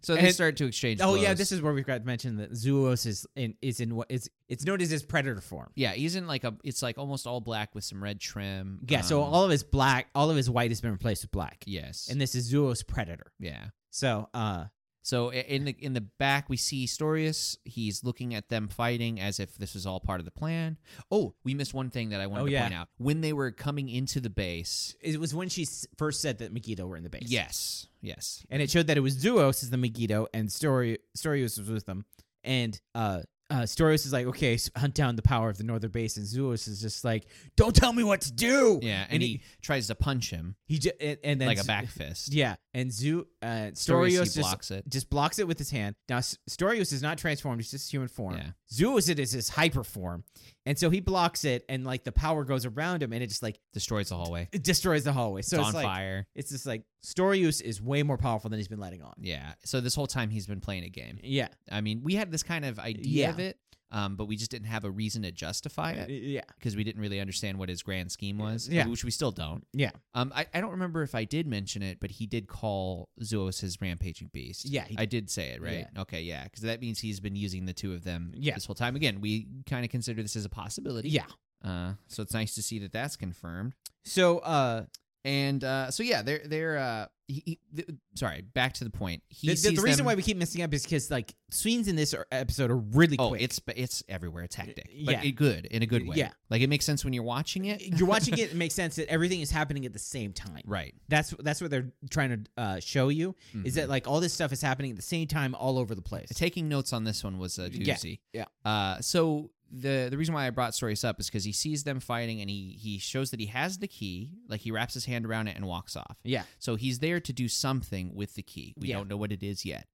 So they And- start to exchange. Oh yeah, blows. this is where we forgot to mention that Zuos is in is in what is it's known as his predator form. Yeah, he's in like a. It's like almost all black with some red trim. Yeah, so Um, all of his black, all of his white has been replaced with black. yes, And this is Zuos predator. yeah. So, uh So i- in the in the back we see Storius. He's looking at them fighting as if this was all part of the plan. Oh, we missed one thing that I wanted Oh, to yeah. point out. When they were coming into the base, it was when she s- first said that Megiddo were in the base. yes, yes, and it showed that it was Zuos is the Megiddo, and Story Storius was with them. And uh, uh, Storius is like, okay, s- hunt down the power of the Northern Base, and Zuos is just like, don't tell me what to do. yeah. And, Oh, and he, he- tries to punch him He j- and, and then like a Z- back fist. Yeah, and Zu uh, Storius, Storius he just blocks it. just blocks it with his hand. Now S- Storius is not transformed; he's just human form. Yeah. Zuos it is his hyper form, and so he blocks it, and like the power goes around him, and it just like Destroys the hallway. it destroys the hallway. So it's it's, on like fire. it's just like Storius is way more powerful than he's been letting on. Yeah. So this whole time he's been playing a game. Yeah, I mean, we had this kind of idea Yeah. of it, um, but we just didn't have a reason to justify it. yeah. because we didn't really understand what his grand scheme was, Yeah. which we still don't. Yeah. Um, I, I don't remember if I did mention it, but he did call Zoos his rampaging beast. Yeah, he I did say it, right? Okay, yeah, because that means he's been using the two of them Yeah. this whole time. Again, we kind of consider this as a possibility. Yeah. Uh, so it's nice to see that that's confirmed. So uh And uh, so yeah, they're they're uh, he, he, th- sorry, back to the point. He the, the, sees the reason them- why we keep messing up is because like scenes in this are- episode are really oh, quick. it's it's everywhere. It's hectic, but Yeah. it- good in a good way. Yeah. like it makes sense when you're watching it. you're watching it, it makes sense that everything is happening at the same time. right. That's that's what they're trying to uh, show you is Mhm. that like all this stuff is happening at the same time all over the place. Taking notes on this one was a Yeah, doozy. yeah. Uh, so the the reason why I brought Storius up is because he sees them fighting and he he shows that he has the key. Like he wraps his hand around it and walks off. Yeah. So he's there to do something with the key. We Yeah. don't know what it is yet.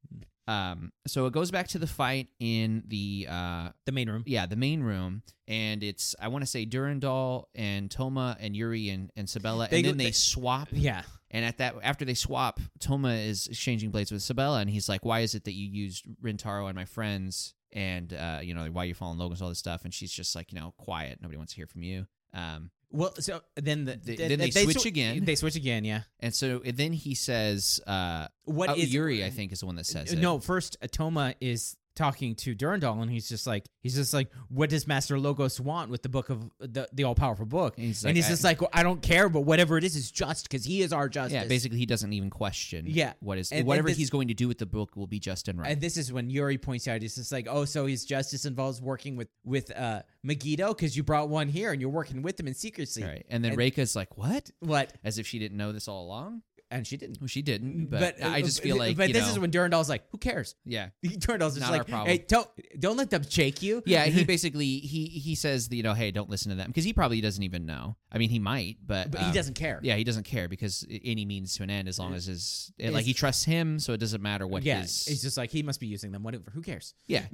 Um, so it goes back to the fight in the uh, The main room. yeah the main room, and it's I want to say Durandal and Toma and Yuri and and Sabella, They and go- then they they- swap Yeah. and at that, after they swap, Toma is exchanging blades with Sabella, and he's like, "Why is it that you used Rintaro and my friends, and uh, you know why you following Logan's all this stuff?" And she's just like, "You know, quiet. Nobody wants to hear from you." Um, Well, so then the, They- then they switch again. They switch again. Yeah. and so and then he says, uh, What oh, is Uh, Yuri?" I think is the one that says it. No, first Atoma is talking to Durandal, and he's just like, he's just like, what does Master Logos want with the book of the, the all powerful book? And he's and he's I- just like, well, I don't care, but whatever it is is just because he is our justice. yeah, basically he doesn't even question. Yeah. what is And- and whatever this- he's going to do with the book will be just and right. And this is when Yuri points out, he's just like, oh, so his justice involves working with with uh, Megiddo because you brought one here and you're working with him in secrecy. All right. And then and- Reika's like, "What?" What? As if she didn't know this all along. And she didn't. Well, she didn't, but, I just uh, feel like But you this know, is when Durandal's like, who cares? yeah, Durandal's just Not our like, problem. hey, don't don't let them shake you. yeah. He basically he he says you know, hey, don't listen to them because he probably doesn't even know. I mean, he might, but but um, he doesn't care. Yeah, he doesn't care because i- any means to an end as long as his it, like Is- he trusts him, so it doesn't matter what yeah, his he's just like he must be using them. Whatever, who cares? yeah.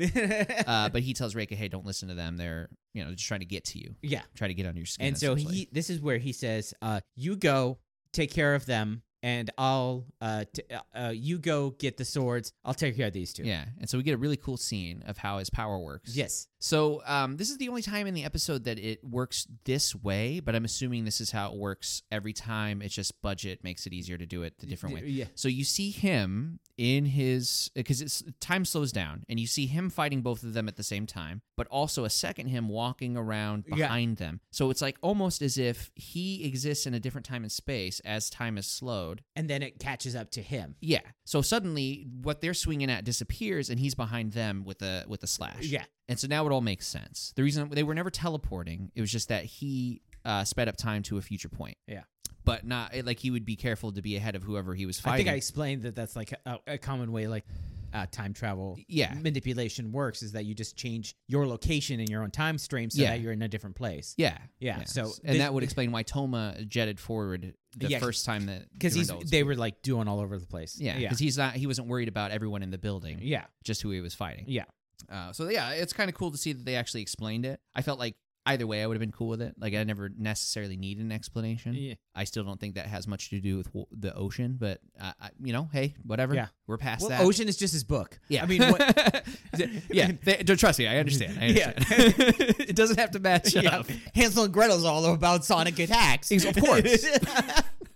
Uh, but he tells Reika, hey, don't listen to them. They're you know just trying to get to you, yeah, try to get under your skin. and so essentially. he this is where he says uh you go take care of them and i'll uh, t- uh, uh you go get the swords i'll take care of these two yeah, and so we get a really cool scene of how his power works. yes So um, this is the only time in the episode that it works this way, but I'm assuming this is how it works every time. It's just budget makes it easier to do it the different way. yeah So you see him in his because it's time slows down, and you see him fighting both of them at the same time, but also a second him walking around Yeah. behind them. So it's like almost as if he exists in a different time and space as time is slowed. and then it catches up to him Yeah. So suddenly, what they're swinging at disappears, and he's behind them with a with a slash. yeah And so now it all makes sense. The reason they were never teleporting, it was just that he uh, sped up time to a future point. Yeah. But not like he would be careful to be ahead of whoever he was i fighting. think i explained that that's like a, a common way like uh, time travel yeah. manipulation works is that you just change your location in your own time stream so Yeah. that you're in a different place Yeah. yeah, so and this- that would explain why Toma jetted forward the Yeah, first time that because he's Durandal was- they were like doing all over the place yeah yeah because he's not he wasn't worried about everyone in the building yeah just who he was fighting Yeah. uh, so yeah it's kind of cool to see that they actually explained it I felt like either way I would have been cool with it like I never necessarily need an explanation yeah I still don't think that has much to do with w- the ocean, but uh, I, you know, hey, whatever. Yeah. we're past well that. ocean is just his book Yeah, i mean what yeah. They, don't- trust me, I understand. I Yeah. understand. it doesn't have to match Yeah. up. Hansel and Gretel's all about sonic attacks. Ex- of course.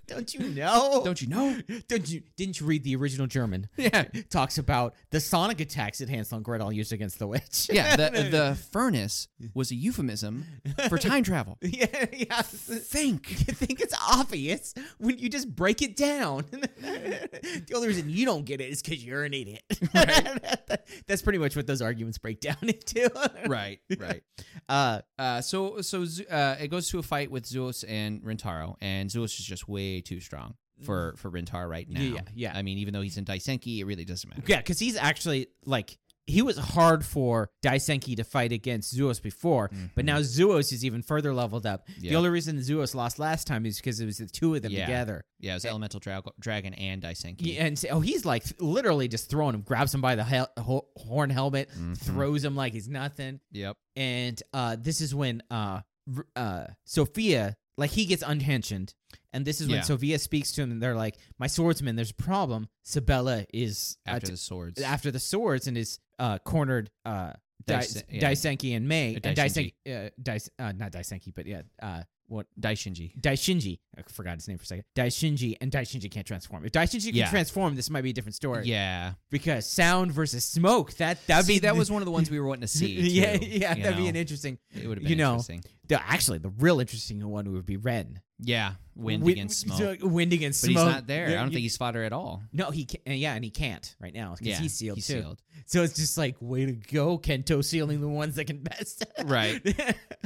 Don't you know? Don't you know? Don't you? Didn't you read the original German? Yeah, Talks about the sonic attacks that Hansel and Gretel used against the witch. yeah. The, the furnace was a euphemism for time travel. yeah, yeah. Think. You think it's obvious when you just break it down. the only reason you don't get it is because you're an idiot. That's pretty much what those arguments break down into. Right, right. Uh, Uh, so so Zu- uh, it goes to a fight with Zeus and Rintaro, and Zeus is just way too strong for for Rintaro right now. Yeah, yeah. I mean, even though he's in Daisenki, it really doesn't matter. Yeah, because he's actually like he was hard for Daisenki to fight against Zuos before, but now Zuos is even further leveled up. The Mm-hmm. Yeah. only reason Zuos lost last time is because it was the two of them Yeah. together. Yeah, it was Elemental Drago- Dragon and Daisenki. Yeah, and so- oh, he's like literally just throwing him, grabs him by the hel- ho- horn helmet, Mhm. throws him like he's nothing. Yep. And uh, this is when uh, r- uh, Sophia like he gets unhensioned, and this is when Yeah. Sophia speaks to him, and they're like, "My swordsman, there's a problem. Sabella is uh, After the swords. after the swords and is uh, cornered uh, Dai- Dais- yeah. Daisenki and May. Uh, and Daisenki. Daisenki, uh, Dais- uh, not Daisenki, but yeah, uh, what? Daishinji. Daishinji. I forgot his name for a second. Daishinji and Daishinji can't transform. If Daishinji can Yeah. transform, this might be a different story. Yeah. Because sound versus smoke, that that'd That'd be be that was one of the ones we were wanting to see. Too, yeah, yeah, you that'd be know? an interesting. It would have been you know. interesting. The, actually, the real interesting one would be Ren. Yeah. Wind Wi- against smoke. so- Wind against but smoke. he's not there. I don't You- think he's fodder at all. No, he can, yeah, and he can't right now because Yeah. he's sealed He's too. sealed. So it's just like, way to go, Kento sealing the ones that can best. Right.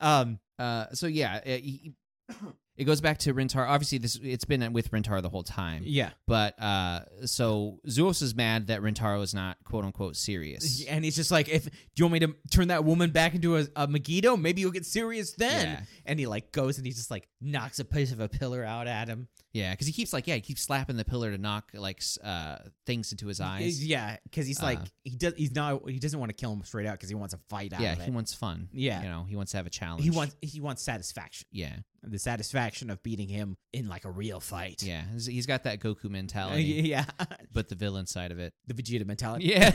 um, Uh, so yeah, it, he- it goes back to Rentar. Obviously, this it's been with Rentar the whole time. yeah. But uh, so Zeus is mad that Rentaro is not quote unquote serious. And he's just like, if do you want me to turn that woman back into a, a Megiddo, maybe you'll get serious then. Yeah. And he like goes and he just like knocks a piece of a pillar out at him. Yeah, because he keeps like yeah, he keeps slapping the pillar to knock like s- uh, things into his eyes. Yeah, because he's like Uh. he does. He's not. He doesn't want to kill him straight out because he wants a fight out Yeah, of he it. wants fun. Yeah. you know, he wants to have a challenge. He wants. He wants satisfaction. yeah, The satisfaction of beating him in like a real fight. yeah. He's- He's got that Goku Uh, mentality. yeah. but the villain side of it. the Vegeta mentality. Yeah.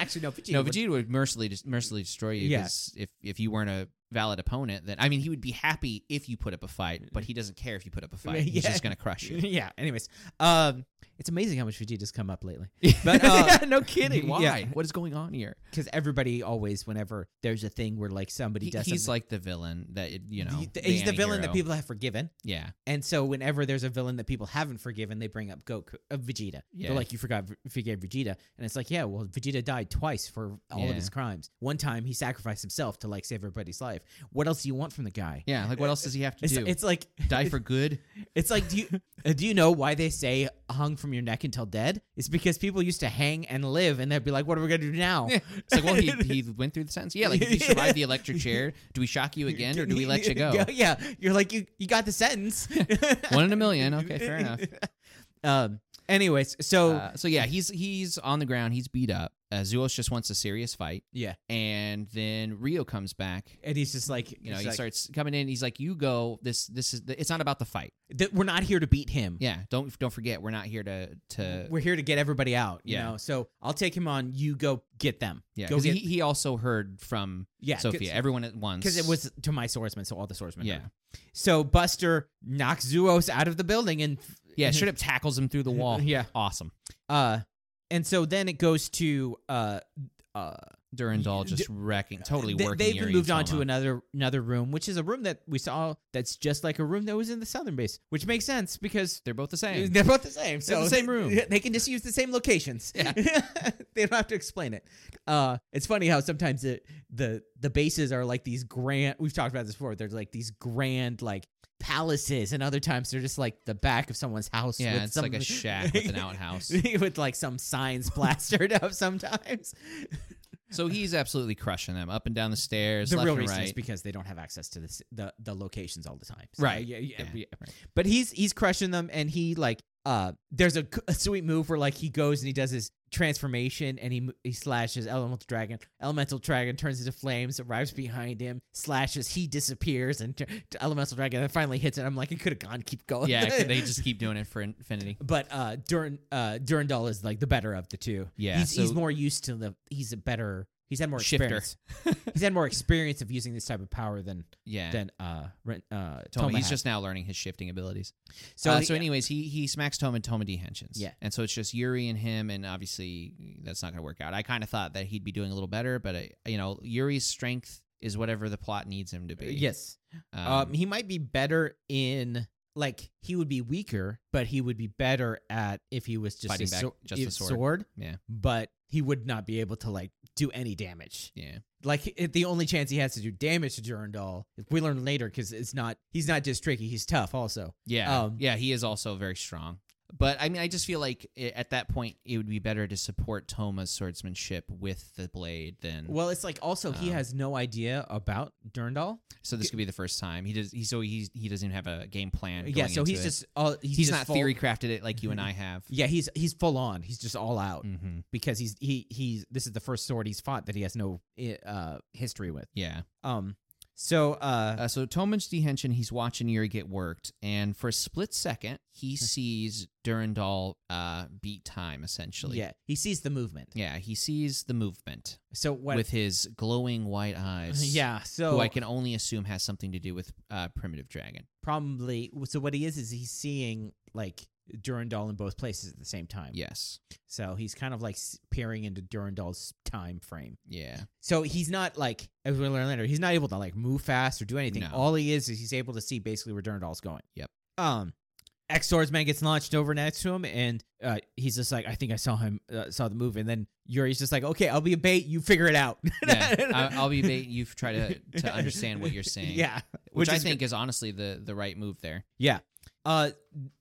Actually, no. Vegeta. no, would- Vegeta would mercilessly, mercilessly destroy you Yeah. because if, if you weren't a valid opponent, then I mean, he would be happy if you put up a fight, but he doesn't care if you put up a fight. He's Yeah. just gonna crush you. yeah. Anyways, um, it's amazing how much Vegeta's come up lately. But uh, Yeah, no kidding. Why? Yeah. What is going on here? Because everybody always, whenever there's a thing where like somebody He- does, he's something, like the villain that it- you know. the- he's the villain that anti-hero. people have forgiven. Yeah, And so whenever there's a villain that people haven't forgiven, they bring up Goku, uh, Vegeta. Yeah. They're like, you forgot, V- forgave Vegeta, and it's like, yeah, well, Vegeta died twice for all Yeah. of his crimes. One time he sacrificed himself to like save everybody's life. What else do you want from the guy? yeah. Like, what else does he have to uh, It's, do? it's like Die for good. It's like do you uh, do you know why they say hung from your neck until dead? It's because people used to hang and live, and they'd be like, "What are we gonna do now?" Yeah. It's like, well, he, he went through the sentence. Yeah, like if you survive the electric chair, do we shock you again or do we let you go? Yeah, you're like you you got the sentence. One in a million. Okay, fair enough. Um. Anyways, so Uh, so yeah, he's he's on the ground. He's beat up. Uh, Zuos just wants a serious fight, yeah, and then Rio comes back. and he's just like, You know, he's he like, starts coming in. He's like, "You go. This this is. It's not about the fight. "Th- we're not here to beat him. Yeah, don't don't forget. We're not here to to We're here to get everybody out. You Yeah. know, so I'll take him on. You go get them. yeah. go 'cause get he, he also heard from yeah. 'cause- Sophia. Everyone at once because it was to my swordsman, so all the swordsmen. Yeah. heard. So Buster knocks Zuos out of the building, and yeah. Straight up tackles him through the wall. Mm-hmm. Yeah. Awesome. Uh, and so then it goes to uh, uh, Durandal D- just wrecking, totally they, working. they've Yuri been moved on Toma. to another another room, which is a room that we saw that's just like a room that was in the southern base, which makes sense because. They're both the same. They're both the same. They're So the same room. They can just use the same locations. Yeah. they don't have to explain it. Uh, it's funny how sometimes the the the bases are like these grand. We've talked about this before. They're like these grand like palaces, and other times they're just like the back of someone's house. Yeah, with it's some- like a shack with an outhouse. with like some signs plastered up sometimes. So he's absolutely crushing them up and down the stairs, the left real and reason right. is because they don't have access to this, the the locations all the time. Right. Yeah, yeah, Yeah, yeah. right. But he's he's crushing them, and he like uh, there's a, c- a sweet move where like he goes and he does his transformation, and he mo- he slashes elemental dragon. Elemental dragon turns into flames, arrives behind him, slashes. He disappears, and t- t- elemental dragon then finally hits it. I'm like, it could have gone. Keep going. yeah, 'cause they just keep doing it for infinity. But uh, Durin uh, Durandal is like the better of the two. Yeah, he's, he's so- more used to the. He's a better. He's had more Shifter. experience. he's had more experience of using this type of power than Yeah. than uh, Ren- uh Toma, Toma he's had. just now learning his shifting abilities. so So, he- so anyways, he he smacks Toma and Toma dehensions. Yeah. and so it's just Yuri and him, and obviously that's not going to work out. I kind of thought that he'd be doing a little better, but I, you know, Yuri's strength is whatever the plot needs him to be. uh, yes, um, um, he might be better in like he would be weaker, but he would be better at if he was just Fighting a, back, swo- just a if- sword. Yeah. but he would not be able to like do any damage. yeah, Like it, the only chance he has to do damage to Durandal, we learn later because it's not he's not just tricky, he's tough also. yeah, Um, yeah. He is also very strong, but I mean, I just feel like i at that point it would be better to support Toma's swordsmanship with the blade than. Well, it's like also he Um, has no idea about Durandal. so this could be the first time he does. He so he he doesn't even have a game plan. going Yeah, so into he's it. just all he's, he's, just not full- theory crafted it like you and I have. Yeah, he's he's full on. He's just all out. Mm-hmm. because he's he he's this is the first sword he's fought that he has no uh history with. Yeah. Um so uh, Uh, so Tomans Dehension, he's watching Yuri get worked, and for a split second, he sees Durandal uh, beat time essentially. yeah, he sees the movement. Yeah, he sees the movement So what with his glowing white eyes. yeah, so who I can only assume has something to do with uh, primitive dragon. probably so what he is is he's seeing like Durandal in both places at the same time. Yes. So he's kind of like s- peering into Durandal's time frame. Yeah. So he's not like as we learn later, he's not able to like move fast or do anything. No. All he is is he's able to see basically where Durandal's going. Yep. Um X Swordsman gets launched over next to him, and uh, he's just like, "I think I saw him, uh, saw the move." And then Yuri's just like, "Okay, I'll be a bait. You figure it out." yeah. I, I'll be bait. You try to to understand what you're saying. Yeah, Which, which I is think is honestly the the right move there. yeah. Uh,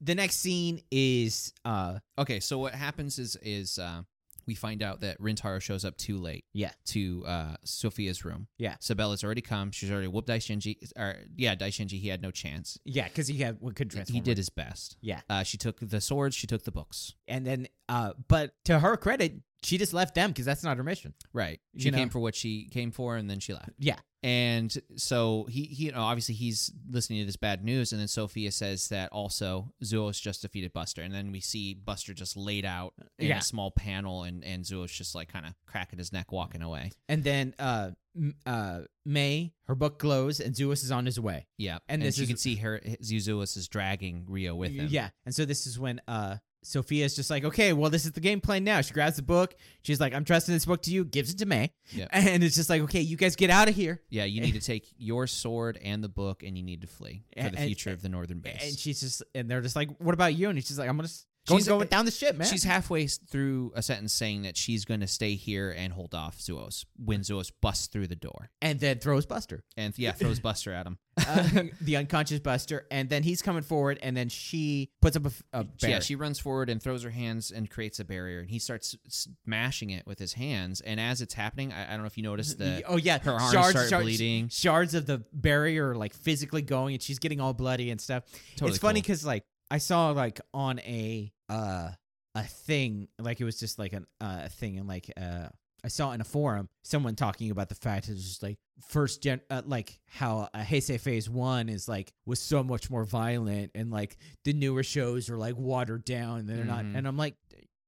the next scene is uh, Okay, so what happens is is uh, we find out that Rintaro shows up too late. Yeah. To uh, Sophia's room. Yeah. Sabella's already come. She's already whooped Daishinji. Or yeah, Daishinji. He had no chance. yeah, because he had what could transform. He did it. his best. Yeah. Uh, she took the swords. She took the books. and then uh, but to her credit, she just left them because that's not her mission. Right. She You know. came for what she came for, and then she left. Yeah. And so he, he, you know, obviously he's listening to this bad news, and then Sophia says that also Zuos just defeated Buster, and then we see Buster just laid out in Yeah. a small panel, and and Zuos just like kind of cracking his neck, walking away. And then uh, M- uh, May, her book glows, and Zeus is on his way. Yeah, and, And this you is- can see her Zuos is dragging Rio with him. Yeah. And so this is when uh, Sophia is just like, okay, well, this is the game plan now. She grabs the book. She's like, I'm trusting this book to you, gives it to May. Yep. And it's just like, okay, you guys get out of here. yeah. You need to take your sword and the book, and you need to flee for And- the and- future of the northern base. And she's just, and they're just like, what about you? And she's like, I'm going to. Going, She's- going down the ship, man. She's halfway s- through a sentence saying that she's going to stay here and hold off Zuos when Zuos busts through the door and then throws Buster, and yeah throws Buster at him. uh, the unconscious Buster, and then he's coming forward, and then she puts up a, f- a She- Yeah, barrier. she runs forward and throws her hands and creates a barrier, and he starts s- smashing it with his hands. And as it's happening, I, I don't know if you noticed the oh yeah, her arms shards- start shards- bleeding. Shards of the barrier are like physically going, and she's getting all bloody and stuff. Totally it's funny cool. because like I saw like on a uh a thing like it was just like an uh thing and like uh I saw in a forum someone talking about the fact it's just like first gen uh, like how uh, Heisei Phase One is like was so much more violent and like the newer shows are like watered down and they're not Mhm. and I'm like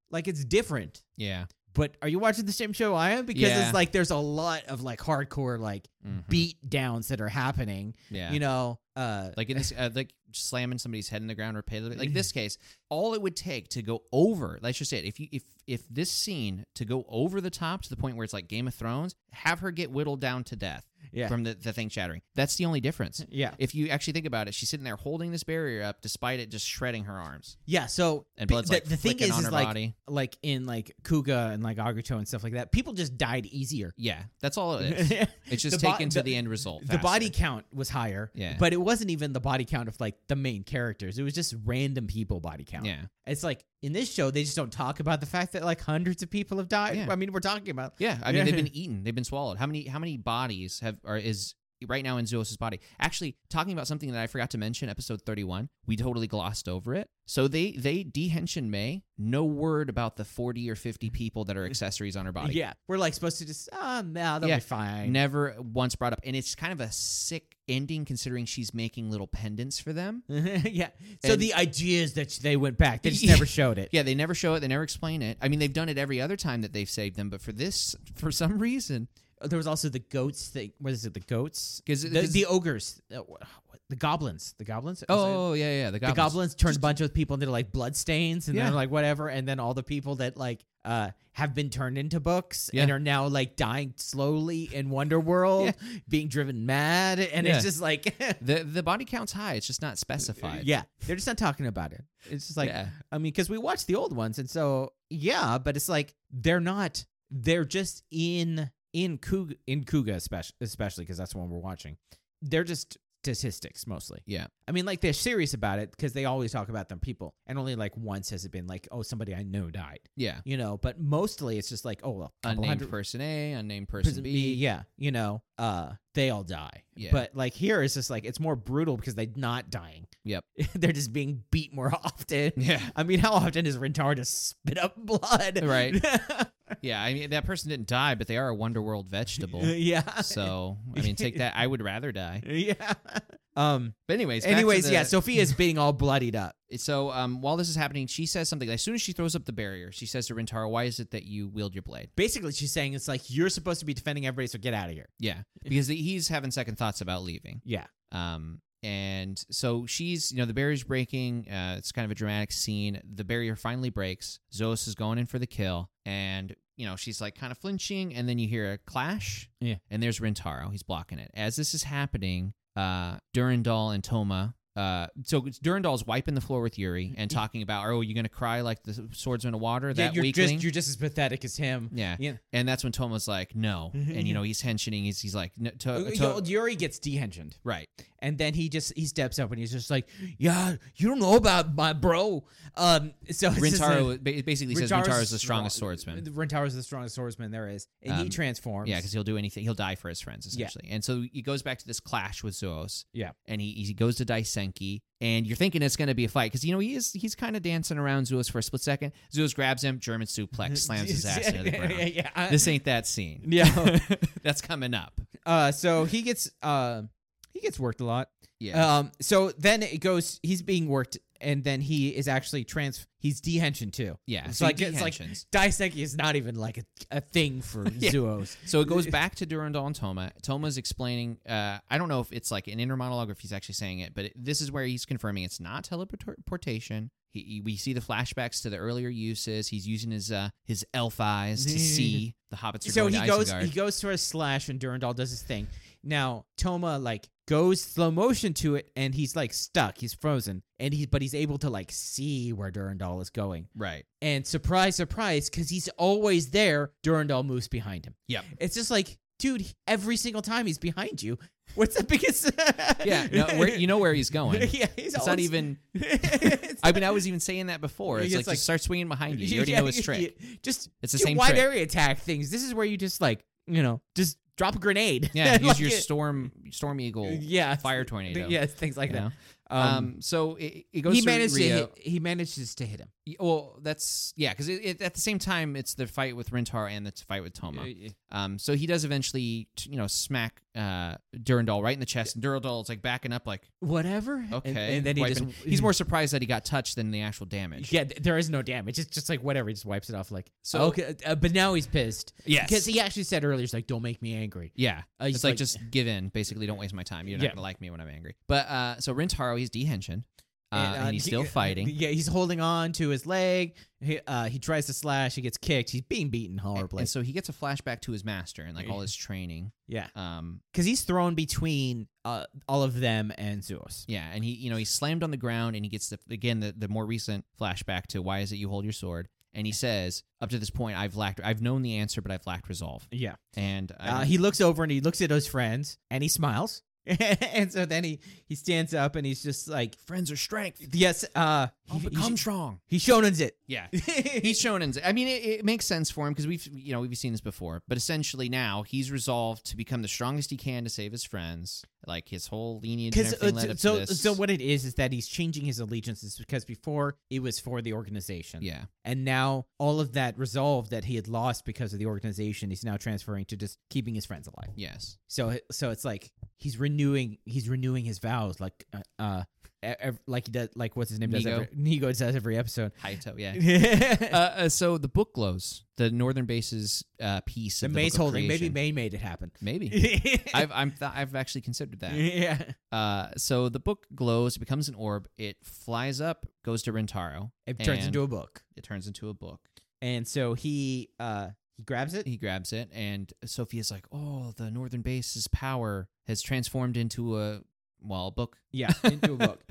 like it's different yeah, but are you watching the same show I am? Because Yeah. it's like there's a lot of like hardcore like Mhm. beat downs that are happening. yeah, You know, uh, like in this, uh, like slamming somebody's head in the ground repeatedly. Like this case, all it would take to go over. That's just it. If you if if this scene to go over the top to the point where it's like Game of Thrones, have her get whittled down to death yeah, from the, the thing shattering. That's the only difference. yeah, If you actually think about it, she's sitting there holding this barrier up despite it just shredding her arms. yeah. So And be- blood's the, like the thing flicking is, on is her like body. like in like Kuga and like Agito and stuff like that, people just died easier. Yeah, that's all it is. the It's just The bo- taken to the- the end result. body faster. count was higher, Yeah. but it wasn't even the body count of like the main characters. It was just random people body count. Yeah, It's like in this show they just don't talk about the fact that like hundreds of people have died. Yeah. I mean, we're talking about yeah. I mean, Yeah. they've been eaten. They've been swallowed. How many? How many bodies have are is right now in Zeus's body? Actually, talking about something that I forgot to mention, episode thirty-one. We totally glossed over it. So they they dehension May. No word about the forty or fifty people that are accessories on her body. Yeah, we're like supposed to just ah, nah, that'll Yeah. be fine. Never once brought up, and it's kind of a sick ending considering she's making little pendants for them. yeah. So And- the idea is that they went back. They just Yeah. never showed it. Yeah, they never show it. They never explain it. I mean, they've done it every other time that they've saved them, but for this, for some reason, There was also the goats thing. What is it? The goats? because The, the ogres. Uh, wh- what- The goblins. The goblins. Was it- oh yeah yeah the The goblins. goblins turned a Just- bunch of people into like bloodstains and Yeah. then like whatever, and then all the people that like uh have been turned into books and Yeah. are now like dying slowly in Wonder World, being driven mad, and Yeah. it's just like, The the body count's high. It's just not specified. yeah, they're just not talking about it. It's just like, yeah. I mean, because we watched the old ones, and so yeah, but it's like they're not. They're just in in Kuga in Kuga especially especially because that's the one we're watching. They're just statistics mostly. Yeah. I mean, like they're serious about it because they always talk about them people, and only like once has it been like, oh, somebody I know died, yeah. you know. But mostly it's just like, oh, well, a couple Unnamed hundred person A, unnamed person, person B. B, yeah, you know, uh, they all die. Yeah. But like here, it's just like it's more brutal because they're not dying. Yep. they're just being beat more often. Yeah. I mean, how often is Rentar spit up blood? Right. Yeah. I mean, that person didn't die, but they are a Wonderworld vegetable. yeah. so I mean, take that. I would rather die. Yeah. Um. But anyways, back to anyways, the- yeah. Sophia's being all bloodied up. So um, while this is happening, she says something. As soon as she throws up the barrier, she says to Rintaro, "Why is it that you wield your blade?" Basically, she's saying it's like you're supposed to be defending everybody, so get out of here. Yeah, because he's having second thoughts about leaving. Yeah. Um, and so she's, you know, the barrier's breaking. Uh, it's kind of a dramatic scene. The barrier finally breaks. Zoas is going in for the kill, and you know she's like kind of flinching, and then you hear a clash. Yeah. And there's Rintaro. He's blocking it. As this is happening, uh, Durandal and Toma. Uh, so it's- Durandal's wiping the floor with Yuri and talking about, "Oh, you're gonna cry like the swordsman of water." That yeah, you're weakling. just you're just as pathetic as him. yeah. Yeah. And that's when Toma's like, "No," Mm-hmm, and you know he's henching. He's he's like, no, to, to- Yo- Yuri gets dehensioned, "Right." and then he just he steps up and he's just like, "Yeah, you don't know about my bro." Um, so it's just like- Rintaro ba- basically says Rintaro's Rintaro is the strongest strong- swordsman. Rintaro is the strongest swordsman there is, and Um, he transforms. Yeah, because he'll do anything. He'll die for his friends, Yeah. essentially. And so he goes back to this clash with Zoos. Yeah. And he, he goes to Daisenki, and you're thinking it's going to be a fight because, you know, he is he's kind of dancing around Zoos for a split second. Zoos grabs him, German suplex, slams his ass into the ground. yeah, yeah. This ain't that scene. Yeah. That's coming up. Uh, so he gets uh, he gets worked a lot. Yeah. Um, so then it goes. He's being worked, and then he is actually trans. He's dehensioned too. yeah. it's so like- he it's like- dehensions. Dissecting is not even like a, a thing for Yeah. zoos. So it goes back to Durandal and Toma. Toma's explaining. Uh, I don't know if it's like an inner monologue or if he's actually saying it, but it, this is where he's confirming it's not teleportation. He, he, we see the flashbacks to the earlier uses. He's using his uh, his elf eyes to see the hobbits are so going he to goes. Isengard. He goes to a slash, and Durandal does his thing. Now Toma like goes slow motion to it, and he's like stuck. He's frozen, and he but he's able to like see where Durandal is going. right. And surprise, surprise, because he's always there, Durandal moves behind him. Yep. It's just like, dude, every single time he's behind you. What's the biggest? Yeah. No, where, you know where he's going. yeah, he's It's always- not even. It's I mean, I was even saying that before. It's It's like, like- just start swinging behind you. You already Yeah, know his yeah, trick. yeah. Just It's the do same wide trick. area attack things. This is where you just like, you know, just drop a grenade. Yeah. Use Like your it- storm storm eagle yeah fire tornado. Yeah, things like you that. know? Um, Um. So it, it goes. he to manages to Rio. hit, he manages to hit him. Y- Well, that's yeah, because it, it, at the same time it's the fight with Rintar and the fight with Toma. Uh, Um, so he does eventually, t- you know, smack uh Durandal right in the chest, and Durandal is like backing up, like Whatever. And- okay, and, then he wiping- just he's more surprised that he got touched than the actual damage. Yeah, th- there is no damage. It's just like whatever. He just wipes it off. Like So- okay, uh, but now he's pissed Yes, because he actually said earlier, "He's like, don't make me angry." yeah, Uh, he's it's like, just give in, basically, don't waste my time. You're not Yeah. gonna like me when I'm angry. But uh, so Rintaro, he's dehensioned, uh, and, uh, he's he- still fighting. Yeah, he's holding on to his leg. He uh, he tries to slash. He gets kicked. He's being beaten and, horribly. and so he gets a flashback to his master and like all his training. yeah, Um, because he's thrown between uh, all of them and Zeus. Yeah, and he, you know, he's slammed on the ground, and he gets the again the, the more recent flashback to why is it you hold your sword, and he says, up to this point, I've lacked, I've known the answer, but I've lacked resolve, Yeah, and uh, I, he looks over and he looks at his friends and he smiles. and so then he he stands up and he's just like, friends are strength. yes, uh, I'll he, he, become strong. he shonens it. Yeah, he's shonen. I mean, it, it makes sense for him because we've, you know, we've seen this before. But essentially, now he's resolved to become the strongest he can to save his friends. Like his uh, whole lenient and Because everything led up to uh, so this. so what it is is that he's changing his allegiances because before it was for the organization, Yeah, and now all of that resolve that he had lost because of the organization, he's now transferring to just keeping his friends alive. yes, So so it's like he's renewing he's renewing his vows like uh, uh ev- like he does like what's his name does Nego. every, Nego does every episode. Haito. Yeah. uh, the uh, so the book glows, the Northern Base's uh, piece of the May's Book of holding maybe Creation. May made it happen. Maybe. I've I've, I'm th- I've actually considered that. yeah. Uh, so the book glows, it becomes an orb, it flies up, goes to Rentaro, It turns And- into a book. it turns into a book. And so he uh he grabs it. He grabs it, and Sophia's like, "Oh, the Northern Base's power has transformed into a well, a book." Yeah, into a book.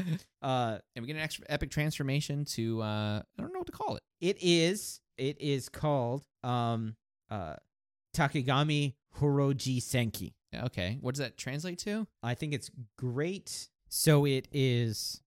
Uh And we get an extra epic transformation to uh, I don't know what to call it. It is. It is called um uh Takegami Horoji Senki. Yeah, Okay, what does that translate to? I think it's great. So it is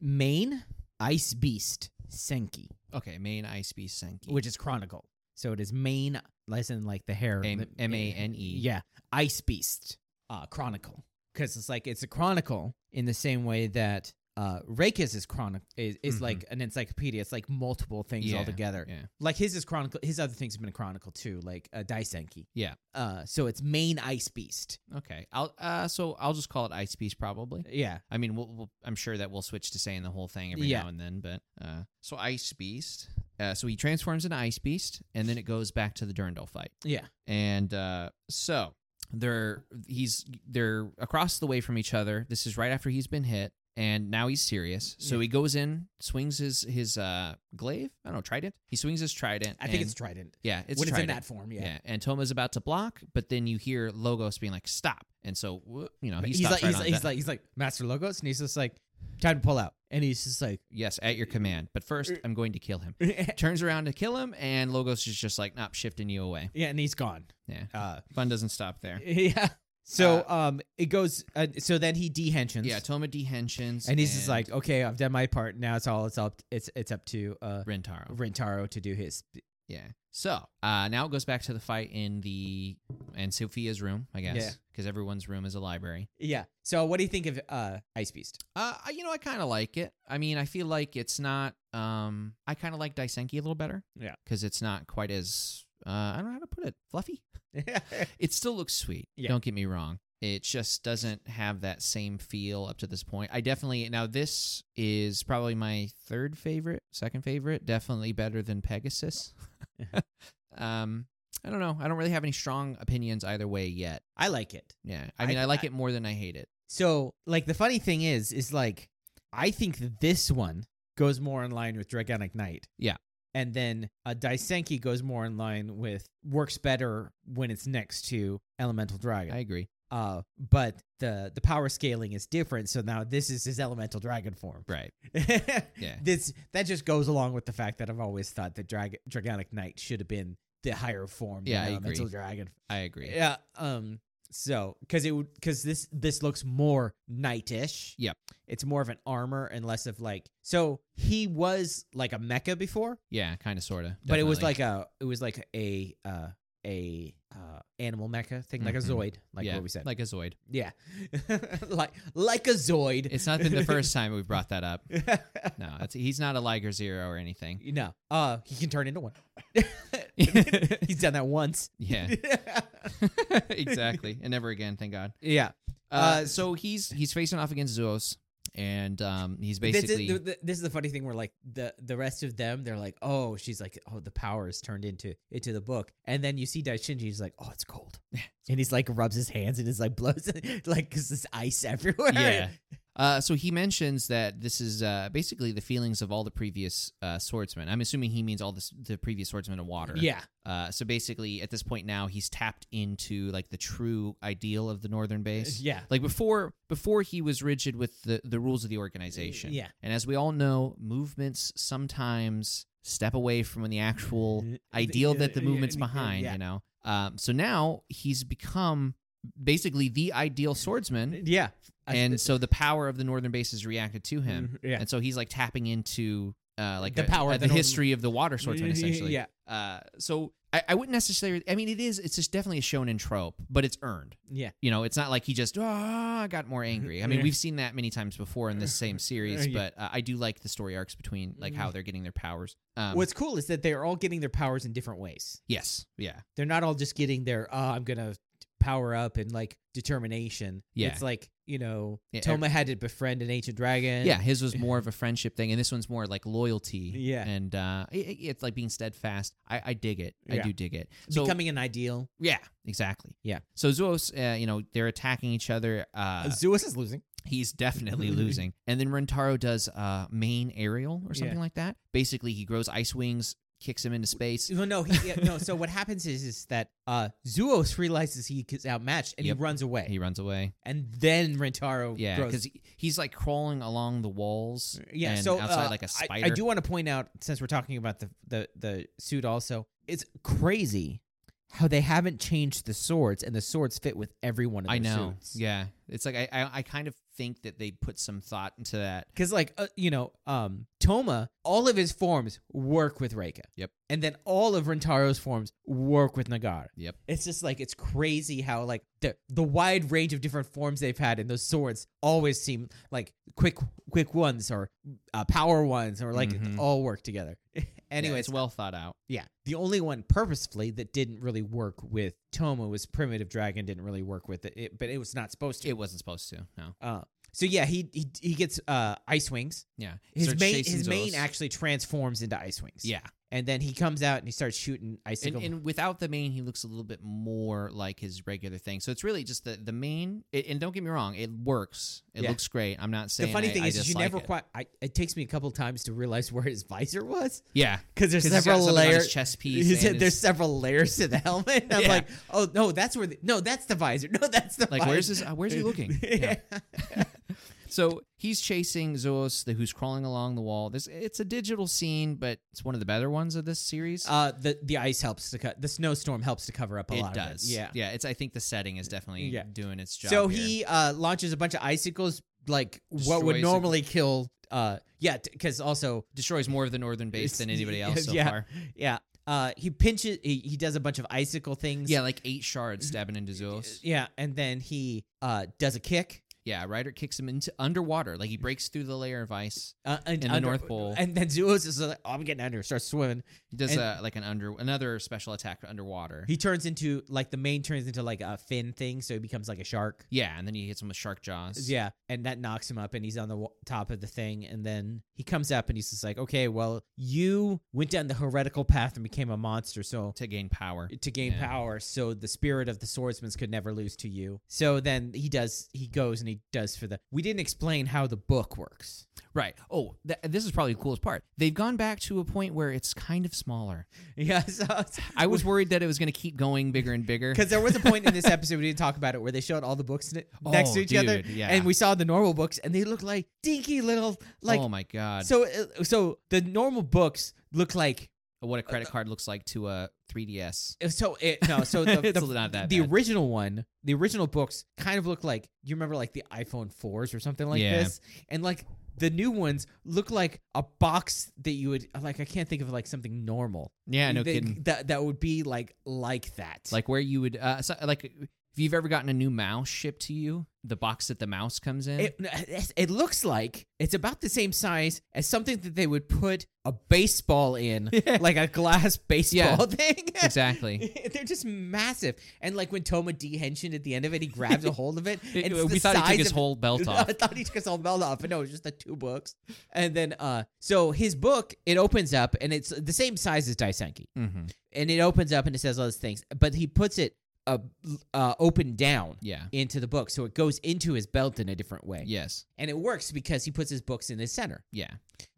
main ice beast Senki, Okay, main ice beast Senki, which is chronicle. So it is main, less than like the hair. M the- A N E. Yeah, ice beast uh, chronicle because it's like it's a chronicle in the same way that. Uh, Reika's is chronic is, is Mhm. like an encyclopedia. It's like multiple things Yeah, all together. yeah. Like his is chronicle. His other things have been a chronicle too, like uh, Daisenki. Yeah. Uh, so it's main ice beast. Okay, I'll uh, so I'll just call it ice beast probably. Yeah. I mean, we'll, we'll, I'm sure that we'll switch to saying the whole thing every Yeah. now and then, but uh, so Ice Beast. Uh, so he transforms into Ice Beast, and then it goes back to the Durandal fight. Yeah. And uh, so they're he's they're across the way from each other. This is right after he's been hit, and now he's serious. So Yeah. he goes in, swings his his uh, glaive. I don't know trident. He swings his trident. I think and- it's Trident. yeah, it's when trident. it's in that form, yeah. yeah. and Toma's about to block, but then you hear Logos being like, "Stop!" And so wh- you know he he's stops like, right he's, on like, that. he's like, he's like Master Logos, and he's just like, time to pull out, and he's just like, Yes, at your command. But first, Uh, I'm going to kill him. yeah, Turns around to kill him, and Logos is just like, not shifting you away. and he's gone. Yeah. Uh, Fun doesn't stop there. yeah. So um, it goes. Uh, so then he dehensions. Yeah, Toma dehensions. and he's just like, okay, I've done my part. Now it's all it's up. It's it's up to uh Rentaro. Rentaro to do his. Yeah. So uh, now it goes back to the fight in the, in Sophia's room, I Yeah. guess, because everyone's room is a library. Yeah. So what do you think of uh Ice Beast? Uh, I- you know, I kind of like it. I mean, I feel like it's not, um, I kind of like Daisenki a little better. Yeah. Because it's not quite as uh, I don't know how to put it, fluffy. It still looks sweet. Yeah. Don't get me wrong. It just doesn't have that same feel up to this point. I definitely now this is probably my third favorite, second favorite, definitely better than Pegasus. um, I don't know. I don't really have any strong opinions either way yet. I like it. Yeah, I I- mean, I, like I- it more than I hate it. So, like, the funny thing is, is like, I think this one goes more in line with Dragonic Knight. Yeah. And then uh, Daisenki goes more in line with works better when it's next to Elemental Dragon. I agree. uh, but the the power scaling is different. So now this is his Elemental Dragon form. Right. yeah. This that just goes along with the fact that I've always thought that Drag- Dragonic Knight should have been the higher form. Yeah, than I Elemental agree. Dragon I agree. yeah. Um. So, because it would, because this this looks more knightish. Yep. It's more of an armor and less of like. So he was like a mecha before, Yeah, kind of, sort of. but it was like a it was like a uh a uh animal mecha thing like a Mhm. zoid like yeah, what we said like a Zoid. yeah like like a zoid It's not been the first time we've brought that up. No, it's, he's not a Liger Zero or anything. no uh he can turn into one he's done that once Yeah, exactly. And never again, thank God. yeah Uh, Uh, so he's he's facing off against Zuos, and um, he's basically this is, the, the- this is the funny thing where like the the rest of them they're like oh she's like oh the power is turned into into the book and then you see Daishinji he's like oh it's cold and he's like rubs his hands and it's like blows like because there's ice everywhere yeah. Uh, so he mentions that this is uh, basically the feelings of all the previous uh, swordsmen. I'm assuming he means all this, the previous swordsmen of water. yeah Uh, so basically, at this point now, he's tapped into like the true ideal of the northern base. yeah Like before, before he was rigid with the the rules of the organization. yeah And as we all know, movements sometimes step away from the actual ideal that the movement's behind, yeah. you know? Um, so now he's become basically the ideal swordsman. yeah And so the power of the northern base is reacted to him. Mm-hmm. yeah And so he's like tapping into uh, like The a- power uh, of the the northern- Mm-hmm, history of the water swordsman, essentially. yeah Uh, so I, I wouldn't necessarily, I mean, it is, it's just definitely a shonen trope, but it's earned. yeah You know, it's not like he just ah got more angry. I mean, Mm-hmm. Yeah. we've seen that many times before in this same series, Yeah. Mm-hmm. but uh, I do like the story arcs between like how they're getting their powers. Um, what's cool is that they're all getting their powers in different ways yes, yeah, they're not all just getting their oh i'm gonna power up and like determination Yeah. it's like you know Yeah, toma had to befriend an ancient dragon yeah. His was more of a friendship thing, and this one's more like loyalty. Yeah. and uh, i i- it's like being steadfast. I, I dig it. I Yeah. do dig it. So becoming an ideal yeah, exactly. Yeah. So Zuos, uh, you know, they're attacking each other. Uh, Zeus is losing. He's definitely losing. And then Rentaro does uh main aerial or something Yeah. like that. Basically, he grows ice wings, kicks him into space. Well, no, he, yeah, no. So what happens is is that uh, Zuos realizes he is outmatched and Yep. he runs away, He runs away. and then Rentaro Yeah, grows. because he's like crawling along the walls. Oh, yeah. and so outside uh, like a I- spider. I, do want to point out since we're talking about the the the suit also, it's crazy how they haven't changed the swords and the swords fit with every one of I their know. suits. Yeah, it's like I, I I kind of think that they put some thought into that. Because, like, uh, you know, um, Toma, all of his forms work with Reika. Yep. And then all of Rentaro's forms work with Nagara. Yep. It's just like, it's crazy how, like, the, the wide range of different forms they've had and those swords always seem like quick, quick ones or uh, power ones or like Mhm. all work together. Anyway, Anyways, it's well thought out. yeah. The only one purposefully that didn't really work with Toma was Primitive Dragon, didn't really work with it, it but it was not supposed to. It wasn't supposed to. No. uh, so, yeah, he, he, he gets uh, Ice Wings. Yeah. His Starts main chasing his main Zoos. actually transforms into ice wings. Yeah, And then he comes out and he starts shooting and, icicle. and without the main, he looks a little bit more like his regular thing. So it's really just the the main. It, and don't get me wrong, it works. It Yeah. looks great. I'm not the saying funny I- thing I is, is you dislike never it. quite I, it takes me a couple times to realize where his visor was Yeah, cuz because there's he's got several something on his layers chest piece. and his- there's several layers to the helmet. And I'm Yeah. like, "Oh, no, that's where the, No, that's the visor. No, that's the like, where's visor." his? Uh, where's he looking? Yeah. So he's chasing Zoos, the, who's crawling along the wall. This it's a digital scene, but it's one of the better ones of this series. Uh the the ice helps to cut the snowstorm helps to cover up a it lot does, of it. Yeah. yeah. It's I think the setting is definitely Yeah. doing its job. So here. he uh, launches a bunch of icicles, like what Destroys would it. normally kill. Uh, yeah, because also destroys more of the northern base than anybody else so Yeah. far. Yeah. Uh, he pinches. He, he does a bunch of icicle things. Uh, Mm-hmm. Yeah, like eight shards stabbing into Zoos. Yeah, and then he uh does a kick. Yeah, Ryder kicks him into underwater. Like he breaks through the layer of ice. Uh, and, In the North Pole. And then Zeus is like, oh, I'm getting under, starts swimming. He does And- a, like an under another special attack underwater. He turns into, like, the main turns into, like, a fin thing, so he becomes like a shark. yeah, and then he hits him with shark jaws. Yeah, and that knocks him up, and he's on the wa- top of the thing, and then he comes up, and he's just like, "Okay, well, you went down the heretical path and became a monster, so to gain power. to gain Yeah. power, so the spirit of the swordsman's could never lose to you." So then he does, he goes, and he does for the. We didn't explain how the book works. Right. Oh, th- this is probably the coolest part. They've gone back to a point where it's kind of smaller. Yeah, so I was worried that it was going to keep going bigger and bigger. because there was a point in this episode we didn't talk about it where they showed all the books ne- next Oh, to each other, dude, yeah. and we saw the normal books, and they look like dinky little like. oh my god, So, uh, so the normal books look like what a uh, credit card looks like to a 3ds. so it no so the, It's the, not that the bad. original one the original books kind of look like you remember like the iphone 4s or something like Yeah. this and like the new ones look like a box that you would like i can't think of like something normal Yeah, no They- kidding. that that would be like like that Like where you would, uh, so, like if you've ever gotten a new mouse shipped to you, the box that the mouse comes in. it, it's- it looks like it's about the same size as something that they would put a baseball in like a glass baseball thing exactly. They're just massive. And like when Toma dehensioned at the end of it, he grabs a hold of it. It- and it's we the thought he size took his of- whole belt off. I thought he took his whole belt off, but no, it was just the two books. And then uh so his book, it opens up and it's the same size as Daisenki. hmm And it opens up and it says all those things. But he puts it uh, uh open down Yeah. into the book. So it goes into his belt in a different way. Yes. And it works because he puts his books in the center. Yeah.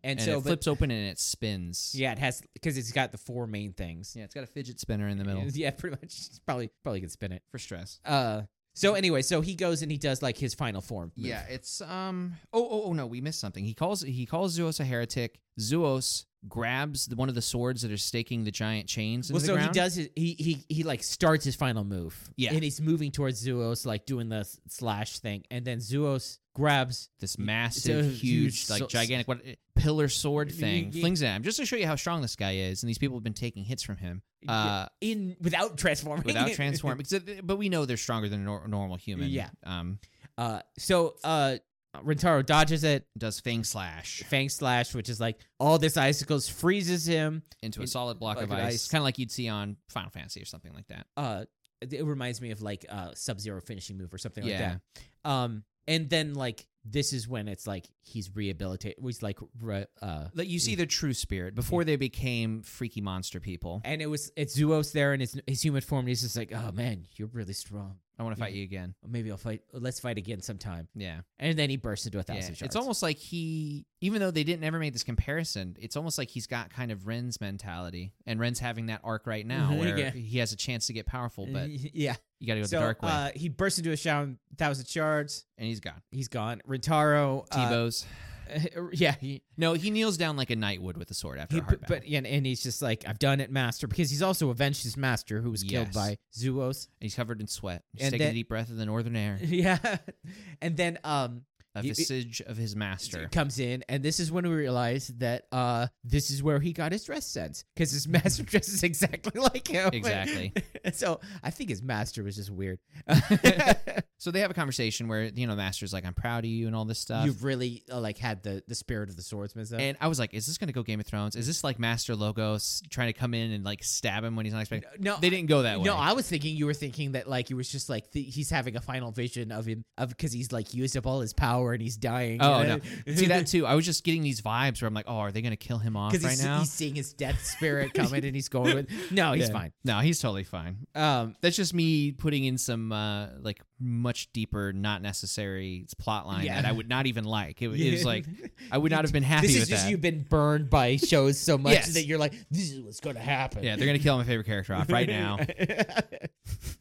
And, And, so it but- flips open and it spins. yeah, it has because it's got the four main things. Yeah. It's got a fidget spinner in the middle Yeah, pretty much. Probably probably could spin it. for stress. Uh, so anyway, so he goes and he does like his final form. move. Yeah, it's um. Oh, oh, oh no, we missed something. He calls he calls Zuos a heretic. Zuos grabs the, one of the swords that are staking the giant chains into Well, the so he ground. does his, he he he like starts his final move. Yeah. and he's moving towards Zuos, like doing the s- slash thing, and then Zuos grabs. this a massive, huge, huge like so- gigantic what pillar sword Y- thing y- flings at him just to show you how strong this guy is. And these people have been taking hits from him uh, in without transforming without transforming. but we know they're stronger than a nor- normal human. Yeah. Um. uh so uh rentaro dodges it Does Fang slash fang slash which is like all this icicles freezes him into a It- solid block like of an ice, ice. kind of like you'd see on Final Fantasy or something like that. uh it reminds me of like uh sub zero finishing move or something Yeah. like that um and then like this is when it's like he's rehabilitated he's like re- uh That you see their true spirit before they became freaky monster people. and it was it's Zuos there and his his human form and he's just like oh man you're really strong I want to fight Mhm. you again. maybe I'll fight let's fight again sometime Yeah. and then he bursts into a thousand Yeah, shards It's almost like he, even though they didn't ever make this comparison, it's almost like he's got kind of Ren's mentality, and Ren's having that arc right now Mhm, where yeah. he has a chance to get powerful, but yeah you got to go so the dark way, uh he bursts into a shower, thousand shards and he's gone. he's gone Rentaro uh, Tebow's. yeah he, No, he kneels down like a knightwood with a sword after he a hard but, battle. but yeah, and, and he's just like I've done it master because he's also avenged his master who was killed Yes. by Zuos And he's covered in sweat. He's and taking then- a deep breath of the northern air, yeah and then um a You- it- vestige of his master. comes in and this is when we realize that uh this is where he got his dress sense because his master dresses exactly like him Exactly. And so I think his master was just weird So they have a conversation where you know, Master's like, "I'm proud of you" and all this stuff. you've really uh, like had the the spirit of the swordsman stuff. and I was like, "Is this gonna go Game of Thrones? Is this like Master Logos trying to come in and like stab him when he's not expecting?" no They didn't go that way. No, I was thinking you were thinking that like he was just like th- he's having a final vision of him of because he's like used up all his power and he's dying. Oh, no. See that too. I was just getting these vibes where I'm like, oh, are they gonna kill him off because right he's, now? he's seeing his death spirit coming and he's going with no, he's Yeah. fine. No, he's totally fine. Um, That's just me putting in some uh, like much deeper, not necessary plot line Yeah. that I would not even like. It, was- it was like I would not have been happy this is with just that. you've been burned by shows so much Yes. that you're like this is what's gonna happen. Yeah, they're gonna kill my favorite character off right now.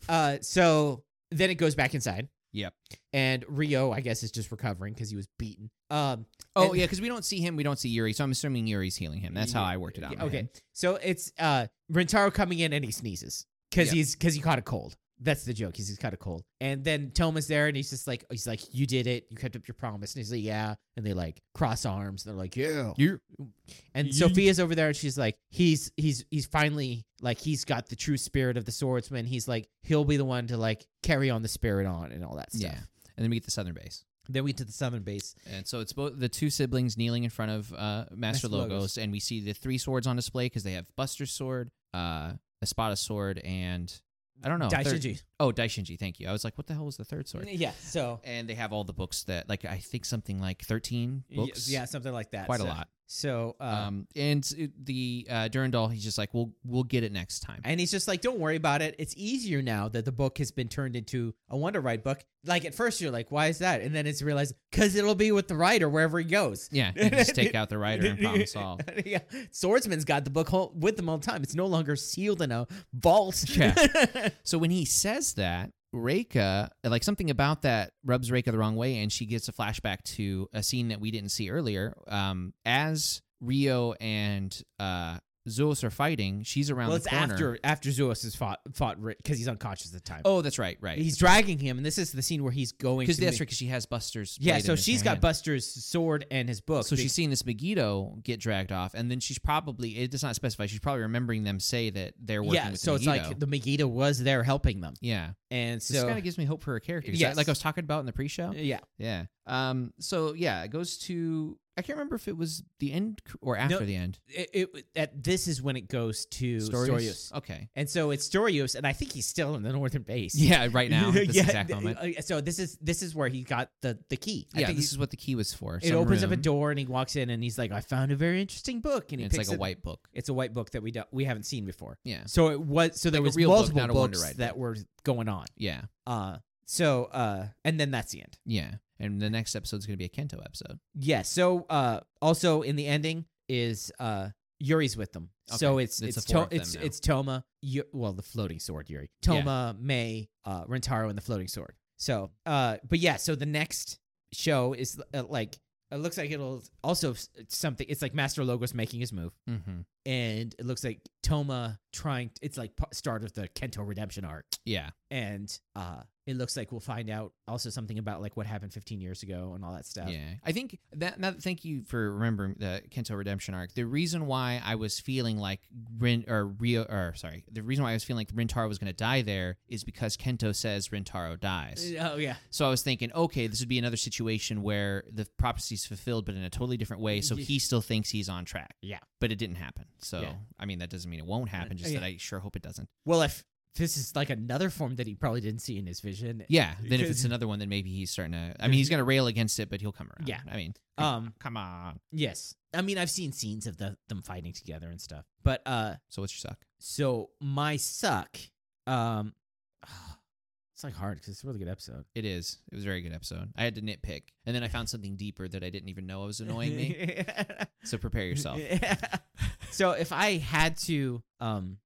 uh, so then it goes back inside. Yep. And Rio, I guess, is just recovering because he was beaten. Um, Oh And- yeah, because we don't see him, we don't see Yuri, so I'm assuming Yuri's healing him. That's how Yeah, I worked it out. in Yeah, my okay. head. So it's uh Rentaro coming in and he sneezes because Yeah. he's because he caught a cold. That's the joke. He's, he's caught a cold, and then Toma's there, and he's just like, he's like, "You did it. You kept up your promise." And he's like, "Yeah." And they like cross arms. And they're like, "Yeah." You And Yeet. Sophia's over there, and she's like, "He's he's he's finally like he's got the true spirit of the swordsman. He's like he'll be the one to like carry on the spirit on and all that stuff." yeah, and then we get the Southern base. Then we get to the southern base. And so it's both the two siblings kneeling in front of uh, Master Master Logos, Logos. and we see the three swords on display because they have Buster's sword, uh, Espada's sword, and I don't know. a third- Daishinji. Oh, Daishinji. Thank you. I was like, what the hell was the third sword? Yeah. So And they have all the books that, like, I think something like thirteen y- books. yeah, something like that. quite a So- lot. So um, Um, and s- it- the uh, Durandal, he's just like, we'll we'll get it next time. And he's just like, don't worry about it. It's easier now that the book has been turned into a Wonder Ride book. Like at first you're like, why is that? And then it's realized because it'll be with the writer wherever he goes. yeah, and just take out the writer and problem solved. yeah, Swordsman's got the book whole, with them all the time. It's no longer sealed in a vault. Yeah. So when he says that, Reika, like something about that rubs Reika the wrong way, and she gets a flashback to a scene that we didn't see earlier. Um, as Rio and uh, Zeus are fighting, she's around well, the it's corner. after after Zeus has fought fought because he's unconscious at the time. oh, that's right, right. he's dragging him, and this is the scene where he's going. Because to that's meet- right, because she has Buster's. yeah. blade So in her she's got hand. Buster's sword and his book. So be- she's seeing this Megiddo get dragged off, and then she's probably it does not specify. She's probably remembering them say that they're working yeah. with So the it's Megiddo. like the Megiddo was there helping them, yeah, and this kind so of gives me hope for her character. 'cause Yes. like I was talking about in the pre-show, yeah. Yeah. Um. So yeah, it goes to I can't remember if it was the end c- or after the end. it, it at, this is when it goes to Storius. Okay. And so it's Storius, and I think he's still in the northern base. Yeah. Right now, this Yeah, exact th- moment. uh, So this is this is where he got the the key. I yeah. think This he- is what the key was for. it some opens up a room, door, and he walks in, and he's like, "I found a very interesting book." And and he it's picks like a it- white book. It's a white book that we don't we haven't seen before. Yeah. So it was so there Like a was real book, multiple not a Wonder books Ride that were going on. Yeah. Uh, so uh, and then that's the end. Yeah. And the next episode is going to be a Kento episode. Yeah. So uh, also in the ending is uh, Yuri's with them. So Okay, it's it's it's the four to- of them it's now. it's Toma. Yu- well, the floating sword, Yuri. Yeah. Toma, May, uh, Rentaro, and the floating sword. So, uh, but yeah. So the next show is uh, like it looks like it'll also s- something. It's like Master Logos making his move, Mm-hmm. and it looks like Toma trying. It's like p- start of the Kento redemption arc Yeah. and uh it looks like we'll find out also something about like what happened 15 years ago and all that stuff Yeah. I think that. Now, thank you for remembering the Kento redemption arc. The reason why I was feeling like Rin or Rio or sorry, the reason why I was feeling like Rintaro was going to die there is because Kento says Rintaro dies. oh yeah So I was thinking, okay, this would be another situation where the prophecy's fulfilled, but in a totally different way. So Ye- he still thinks he's on track. Yeah. But it didn't happen. So, Yeah. I mean, that doesn't mean it won't happen, just yeah. that I sure hope it doesn't. well if this is like another form that he probably didn't see in his vision Yeah. Then if it's Because- another one, then maybe he's starting to, I mean, he's going to rail against it, but he'll come around. Yeah. I mean, um come on. yes i mean i've seen scenes of the, them fighting together and stuff but uh So what's your suck? so my suck um it's like hard because it's a really good episode It is. It was a very good episode. I had to nitpick. And then I found something deeper that I didn't even know was annoying me. So prepare yourself. so if I had to, um,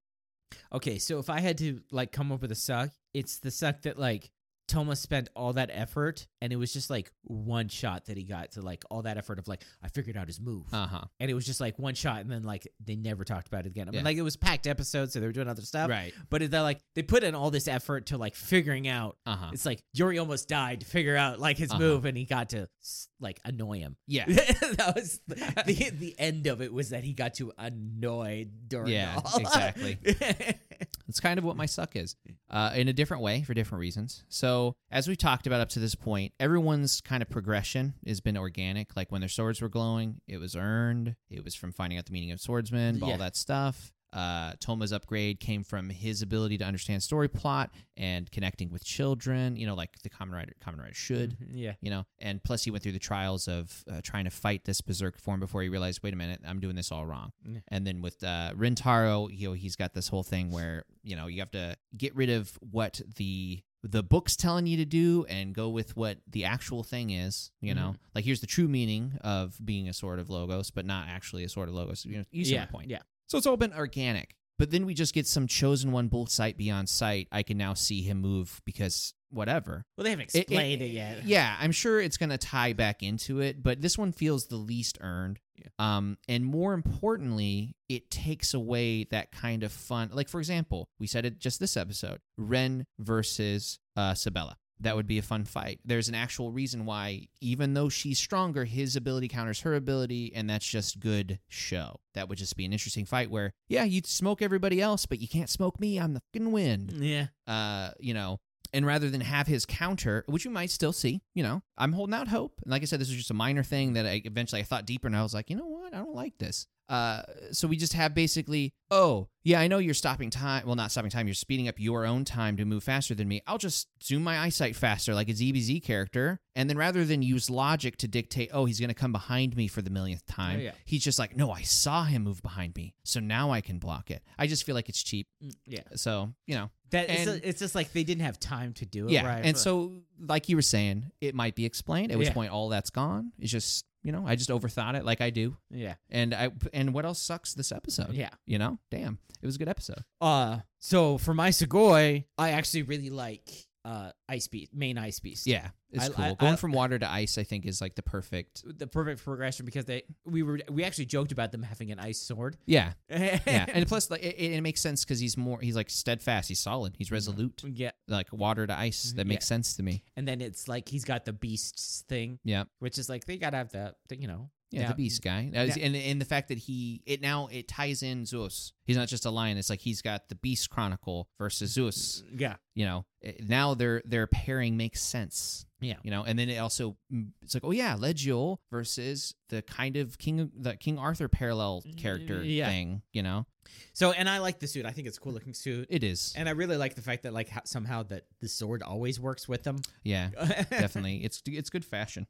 okay, so if I had to like come up with a suck, it's the suck that like Thomas spent all that effort and it was just like one shot that he got to like all that effort of like I figured out his move Uh huh. and it was just like one shot and then like they never talked about it again. I mean, Yeah. like it was packed episode, so they were doing other stuff, Right. but it- they're like they put in all this effort to like figuring out. Uh huh. It's like Yuri almost died to figure out like his Uh-huh. move, and he got to s- like annoy him. Yeah. that was the the end of it was that he got too annoyed during Yeah, all. exactly. It's kind of what my suck is, uh, in a different way for different reasons. So, as we've talked about up to this point, everyone's kind of progression has been organic. Like when their swords were glowing, it was earned. It was from finding out the meaning of swordsman, all Yeah. that stuff. Uh, Toma's upgrade came from his ability to understand story plot and connecting with children. You know, like the common writer, common writer should. yeah. You know, and plus he went through the trials of uh, trying to fight this berserk form before he realized, wait a minute, I'm doing this all wrong. Yeah. And then with uh, Rintaro, you know, he's got this whole thing where you know you have to get rid of what the the book's telling you to do and go with what the actual thing is. You know, Mm-hmm. like here's the true meaning of being a sword of logos, but not actually a sword of logos. You know, you see yeah, my point. Yeah. So it's all been organic. But then we just get some chosen one bull sight beyond sight. I can now see him move because whatever. Well, they haven't It- it- explained it, yet. Yeah, I'm sure it's going to tie back into it, but this one feels the least earned. Yeah. Um, and more importantly, it takes away that kind of fun. Like, for example, we said it just this episode Ren versus uh, Sabella. That would be a fun fight. There's an actual reason why, even though she's stronger, his ability counters her ability, and that's just good show. That would just be an interesting fight where, yeah, you'd smoke everybody else, but you can't smoke me. I'm the fucking wind Yeah. uh, you know, and rather than have his counter, which you might still see, you know, I'm holding out hope. And like I said, this was just a minor thing that I eventually I thought deeper and I was like, you know what? I don't like this. Uh, so we just have basically, oh, yeah, I know you're stopping time. Well, not stopping time. You're speeding up your own time to move faster than me. I'll just zoom my eyesight faster like a ZBZ character. And then rather than use logic to dictate, oh, he's going to come behind me for the millionth time, yeah. he's just like, no, I saw him move behind me. So now I can block it. I just feel like it's cheap. Mm, Yeah. So, you know, That it's, And- it's just like they didn't have time to do it. yeah, right? and But- so like you were saying, it might be explained. At which Yeah. point, all that's gone. It's just you know, I just overthought it, like I do. yeah, And I and what else sucks this episode? yeah. you know, damn, it was a good episode. Uh, so for my Segoy, I actually really like uh Ice Beast, main Ice Beast. Yeah, it's I- cool. I- Going I- from water to ice, I think, is like the perfect. the perfect progression because they we were we actually joked about them having an ice sword. Yeah, yeah, yeah, and plus, like it, it makes sense because he's more, he's like steadfast, he's solid, he's resolute. yeah. Like water to ice, that makes sense to me. And then it's like he's got the beasts thing, Yeah, which is like they gotta have that, that, you know. yeah, the down- beast guy, That is- now- and and the fact that he it now it ties in Zeus. He's not just a lion. It's like he's got the beast chronicle versus Zeus. Yeah, you know it- now their their pairing makes sense yeah, you know and then it also it's like oh yeah legiol versus the kind of king the king arthur parallel character Yeah. thing you know So and I like the suit. I think it's a cool looking suit. it is And I really like the fact that like how, somehow that the sword always works with them. yeah definitely it's it's good fashion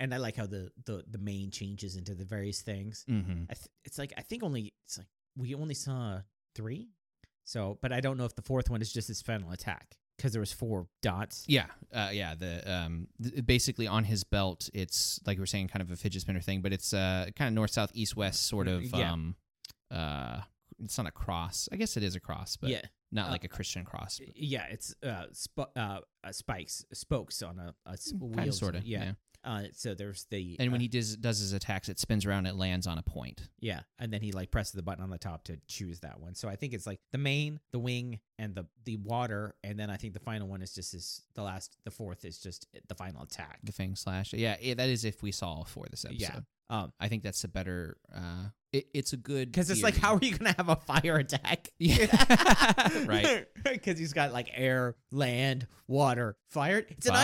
and I like how the the the main changes into the various things. mm-hmm. I th- it's like I think only it's like we only saw three, so but I don't know if the fourth one is just his final attack because there was four dots. yeah uh, yeah the um th- basically on his belt it's like we were saying kind of a fidget spinner thing but it's uh kind of north south east west sort of Yeah. um uh it's not a cross i guess it is a cross but yeah, not Uh, like a christian cross but yeah, it's uh, sp- uh, uh spikes spokes on a, a s- wheel, kind of sort of yeah. yeah Uh, so there's the And when uh, he does, does his attacks, it spins around, it lands on a point. yeah, and then he like presses the button on the top to choose that one. So I think it's like the main, the wing, and the the water, and then I think the final one is just his the last, the fourth is just the final attack. The Fang Slash. Yeah, i that is if we saw all four this episode. Yeah. Um, I think that's a better. Uh, it, it's a good Because it's like, theory. how are you gonna have a fire attack? Yeah. Right. Because he's got like air, land, water, fire. It's an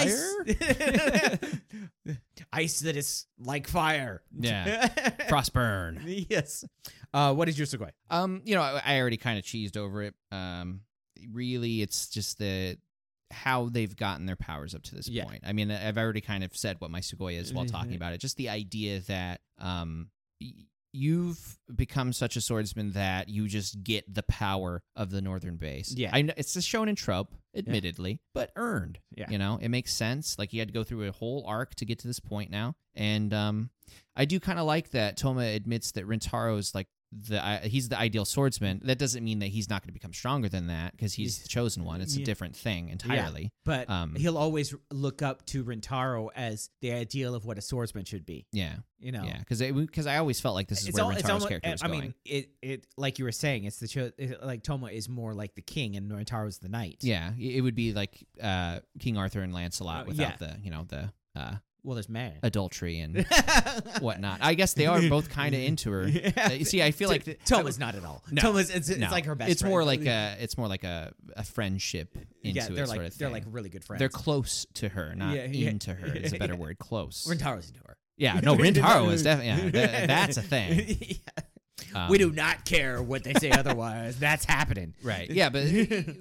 ice. ice that is like fire. Yeah. Frostburn. yes. Uh, what is your segue? Um, you know, I, I already kind of cheesed over it. Um, really, it's just the how they've gotten their powers up to this Yeah. point. I mean, I've already kind of said what my sugoi is while talking Mhm. about it. Just the idea that um, y- you've become such a swordsman that you just get the power of the northern base. Yeah. I know it's a shonen trope, admittedly, but earned. Yeah. you know, it makes sense. Like you had to go through a whole arc to get to this point now, and um, I do kind of like that Toma admits that Rentaro is like the I he's the ideal swordsman. That doesn't mean that he's not going to become stronger than that because he's He's- the chosen one. It's a yeah. different thing entirely. But Um, he'll always look up to Rentaro as the ideal of what a swordsman should be. Yeah, You know. yeah, because because I always felt like this is It's where all, Rentaro's it's almost, character was I going. mean, it, it, like you were saying, it's the, cho- it, like Toma is more like the king and Rentaro's the knight. yeah, it it would be like uh, King Arthur and Lancelot Uh, without the you know the uh, Well, there's Mary. adultery and whatnot. I guess they are both kind of into her. Uh, See, I feel like th- Toma's not at all. No. Toma's it's, it's No. like her best. It's more friend. like a it's more like a, a friendship into yeah, it they're sort like of they're thing. like really good friends. They're close to her, not Yeah, yeah. into her. Is a better Yeah. word. Close. Rentaro's into her. yeah, no, Rintaro is definitely yeah, tha- that's a thing. Yeah. we Um, do not care what they say otherwise. That's happening. right. Yeah, but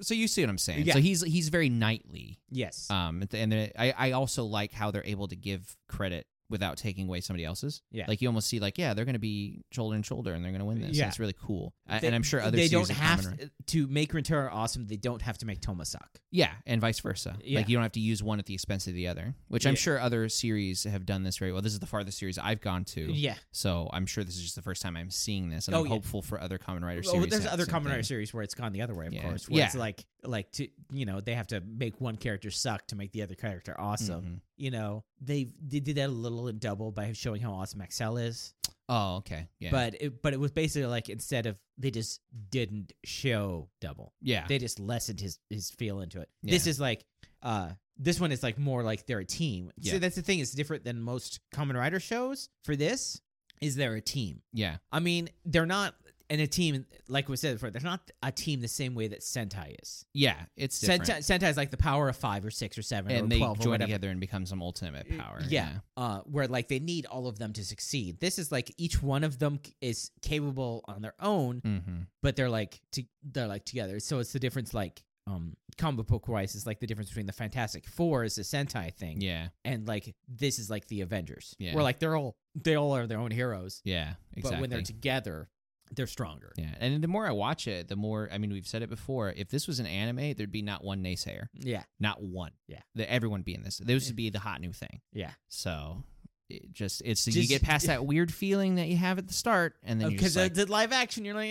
so you see what I'm saying. So Yeah. he's he's very knightly. Yes. Um, and th- and then I I also like how they're able to give credit without taking away somebody else's. Yeah. Like you almost see like yeah they're gonna be shoulder and shoulder and they're gonna win this. Yeah. It's really cool. A- They- and I'm sure other they series don't of have Kamen Rider- to, to make Rentaro awesome. They don't have to make Toma suck. Yeah, and vice versa. Yeah. Like you don't have to use one at the expense of the other, which I'm Yeah. sure other series have done this very well. This is the farthest series I've gone to. Yeah. So I'm sure this is just the first time I'm seeing this, and Oh, I'm yeah. hopeful for other Common Rider series. Oh, to there's have other the same Kamen Rider thing. series where it's gone the other way, of Yeah. course. Where it's Yeah. like like to you know they have to make one character suck to make the other character awesome. Mhm. You know they they did that a little in double by showing how awesome Axel is, Oh, okay. Yeah. but it, but it was basically like instead of they just didn't show double, yeah. they just lessened his his feel into it. This Ah. Yeah. is like uh this one is like more like they're a team. Yeah. So that's the thing; it's different than most Kamen Rider shows. For this, is they're a team. yeah. I mean, they're not. and a team like we said before, they're not a team the same way that Sentai is. Yeah, it's different. Sentai, Sentai is like the power of five or six or seven and or they twelve or join whatever. together and become some ultimate Y- power. Yeah. Uh, where like they need all of them to succeed. This is like each one of them c- is capable on their own, Mm-hmm. but they're like to, they're like together. So it's the difference like um combo book wise is like the difference between the Fantastic Four is the Sentai thing, Yeah. and like this is like the Avengers. Yeah. Where like they're all they all are their own heroes, Yeah. Exactly. but when they're together, they're stronger. yeah. And the more I watch it, the more I mean, we've said it before. If this was an anime, there'd be not one naysayer, Yeah. not one. Yeah. The, everyone would be in this. This would be the hot new thing. Yeah. So it just Oh, it's you Just- get past that weird feeling that you have at the start, and then you Because just like, Oh, uh, the live action, you're like,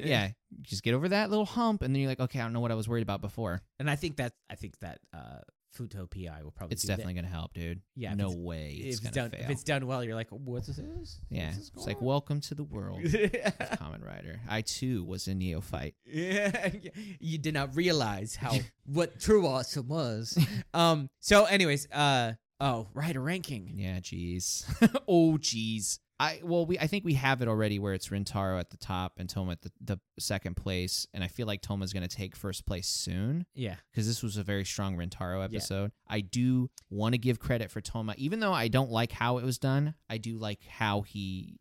eh, yeah, just get over that little hump, and then you're like, okay, I don't know what I was worried about before. and I think that I think that uh, Futo PI will probably It's do that. definitely gonna help, dude. Yeah, if no it's- way if it's it's gonna done fail. if it's done well, you're like, what's this? yeah, What's this it's like going on?" welcome to the world. of Common Rider. I too was a neophyte. yeah, you did not realize how what true awesome was. Um. So, anyways, uh, oh, rider ranking. Yeah, jeez. oh, jeez. I well, we I think we have it already where it's Rintaro at the top and Toma at the, the second place, and I feel like Toma's gonna take first place soon Yeah, because this was a very strong Rintaro episode. I do want to give credit for Toma, even though I don't like how it was done. I do like how he.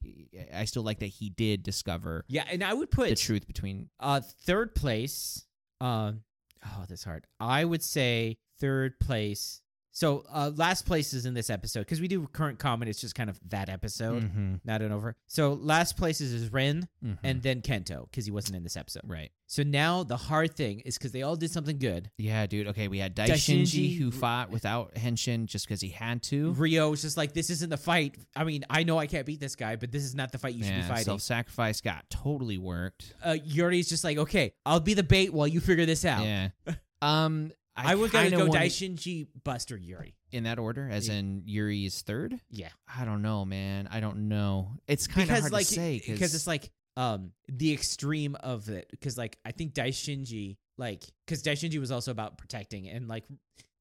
I still like that he did discover yeah, and I would the put truth between. uh third place. Um. oh, that's hard. I would say third place. So, uh, last place is in this episode because we do current comment. It's just kind of that episode. Mhm, not an over. So last places is Ren mhm. and then Kento because he wasn't in this episode. right. So now the hard thing is because they all did something good. Yeah, dude. Okay, we had Daishinji, Daishinji- who fought without Henshin just because he had to. Rio was just like, this isn't the fight. I mean, I know I can't beat this guy, but this is not the fight you should be fighting. Self-sacrifice got totally worked. uh, Yuri's just like, okay, I'll be the bait while you figure this out. Yeah. Um, I, I, was kind gonna of go wanted- Daishinji, Buster, Yuri. in that order, as Yeah. in Yuri is third. Yeah, I don't know, man. I don't know. It's kind of because hard like to say because it's like um the extreme of it because like I think Daishinji like because Daishinji was also about protecting and like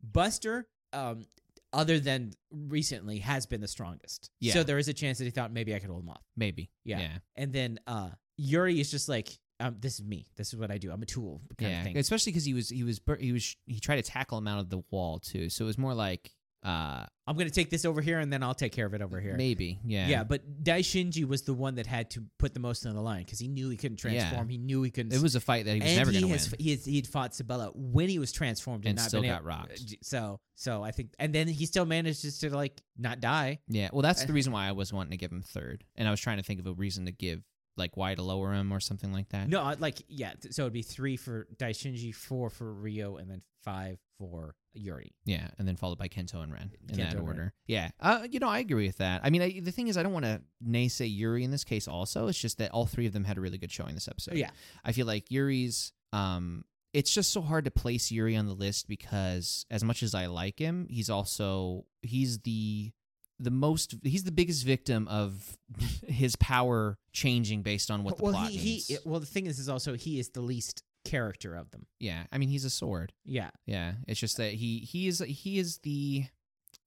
Buster um other than recently has been the strongest Yeah. so there is a chance that he thought maybe I could hold him off maybe Yeah. yeah, and then uh Yuri is just like um this is me this is what I do I'm a tool kind yeah. of thing Especially because he was he was bur- he was he tried to tackle him out of the wall too. So it was more like uh I'm gonna take this over here and then I'll take care of it over here maybe yeah yeah but Daishinji was the one that had to put the most on the line because he knew he couldn't Yeah. transform he knew he couldn't It was a fight that he was never he going to win has, He has, he'd fought Sabella when he was transformed and, and not still been got able- rocked. So, so I think, and then he still manages to like not die. Yeah, well, that's I- the reason why I was wanting to give him third, and I was trying to think of a reason to give like why to lower him or something like that. No, I- like yeah. th- So it'd be three for Daishinji, four for Rio, and then five for Yuri. Yeah, and then followed by Kento and Ren in Kento that and Ren. order. Yeah, uh, you know, I agree with that. I mean, I, the thing is, I don't want to naysay Yuri in this case. Also, it's just that all three of them had a really good showing this episode. So yeah, I feel like Yuri's. Um, it's just so hard to place Yuri on the list because as much as I like him, he's also he's the the most he's the biggest victim of his power changing based on what the well, plot he, needs. he well, the thing is, is also he is the least character of them. yeah, I mean, he's a sword. Yeah, Yeah, it's just that he he is he is the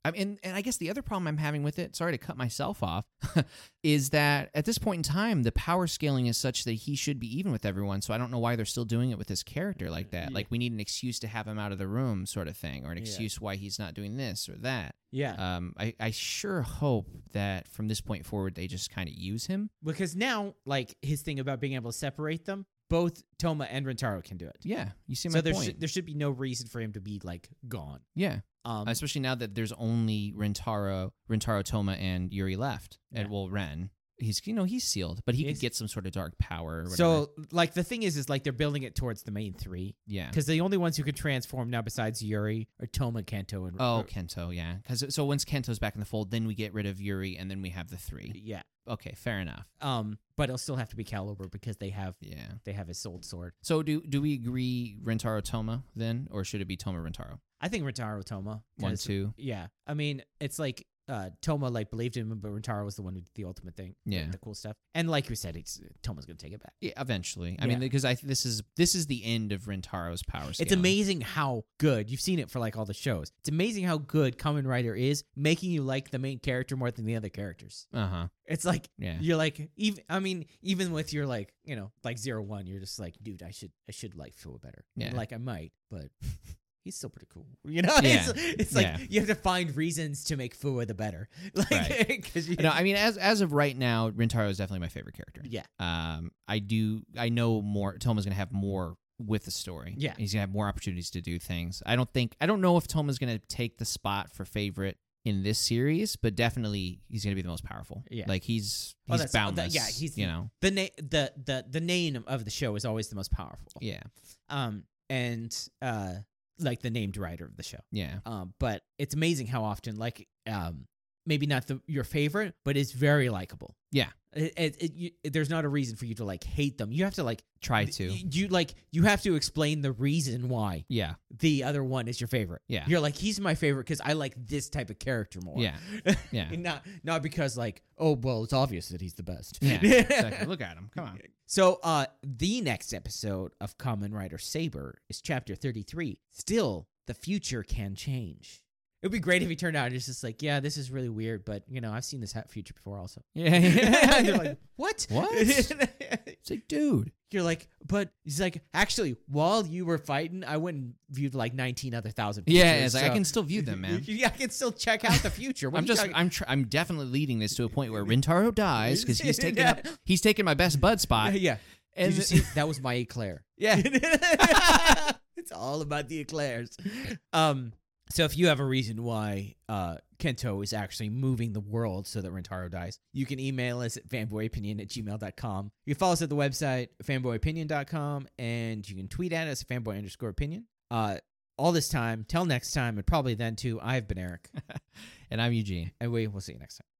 I mean, and, and I guess the other problem I'm having with it, sorry to cut myself off, is that at this point in time, the power scaling is such that he should be even with everyone. So I don't know why they're still doing it with this character like that. Yeah. Like, we need an excuse to have him out of the room, sort of thing, or an Yeah. excuse why he's not doing this or that. yeah. Um, I, I sure hope that from this point forward, they just kind of use him. because now, like his thing about being able to separate them, both Toma and Rentaro can do it. Yeah, you see my So there point. should there should be no reason for him to be like gone. yeah, Um, especially now that there's only Rentaro, Rentaro Toma, and Yuri left, and Yeah. well, Ren. He's you know he's sealed, but he could Yes. get some sort of dark power. Or whatever. So, like, the thing is, is like they're building it towards the main three yeah. because the only ones who can transform now, besides Yuri, are Toma, Kanto, and Oh, or- Kento, yeah. Because so once Kento's back in the fold, then we get rid of Yuri, and then we have the three. yeah. Okay, fair enough. Um, but it'll still have to be Caliber because they have Yeah. they have his sold sword. So do do we agree Rentaro Toma then, or should it be Toma Rentaro? I think Rentaro Toma One, 'cause- two. Yeah, I mean, it's like uh, Toma like believed in him, but Rentaro was the one who did the ultimate thing. the- Yeah. the cool stuff. And like we said, it's Toma's gonna take it back. Yeah, eventually. I Yeah. mean, because I this is this is the end of Rentaro's power scale. It's amazing how good you've seen it for like all the shows. It's amazing how good Kamen Rider is making you like the main character more than the other characters. Uh huh. It's like Yeah. you're like even I mean even with your like you know like zero one you're just like dude I should I should like feel better Yeah. like I might but he's still pretty cool you know it's, it's like Yeah. you have to find reasons to make Fua the better like Right. 'cause you No, I mean, as as of right now, Rentaro is definitely my favorite character. yeah Um, I do. I know more. Toma's gonna have more with the story. Yeah. he's gonna have more opportunities to do things. I don't think. I don't know if Toma's gonna take the spot for favorite in this series, but definitely he's gonna be the most powerful. Yeah. like he's Oh, he's that's- oh, that- boundless. yeah, he's- you know. the na- the the the name of the show is always the most powerful Yeah, um and uh like the named writer of the show yeah, um but it's amazing how often like um maybe not the your favorite but it's very likable Yeah. it, it, it, you, there's not a reason for you to like hate them you have to like try th- to. y- you like you have to explain the reason why Yeah, the other one is your favorite yeah, you're like he's my favorite because i like this type of character more yeah, yeah. And not not because like oh well it's obvious that he's the best Yeah, exactly. Look at him. Come on. so uh the next episode of Common Rider Saber is chapter 33. Still, the future can change. It would be great if he turned out and it's just like, yeah, this is really weird, but you know, I've seen this ha- future before also. Yeah. And you're like, what? What? it's like, dude. you're like, but he's like, actually, while you were fighting, I went and viewed like 19 other thousand. Yeah, pictures, it's like I so- can still view them, man. yeah, I can still check out the future. What I'm are you just, talking- I'm, tr- I'm definitely leading this to a point where Rintaro dies because he's taking Yeah. up, he's taking my best bud spot. yeah. And Did you see, that was my eclair. yeah, it's all about the eclairs. Um, so if you have a reason why uh, Kento is actually moving the world so that Rentaro dies, you can email us at fanboyopinion at gmail.com. You can follow us at the website, fanboyopinion.com, and you can tweet at us at fanboy underscore opinion. Uh, all this time, till next time, and probably then too, I've been Eric, and I'm Eugene. and we will see you next time.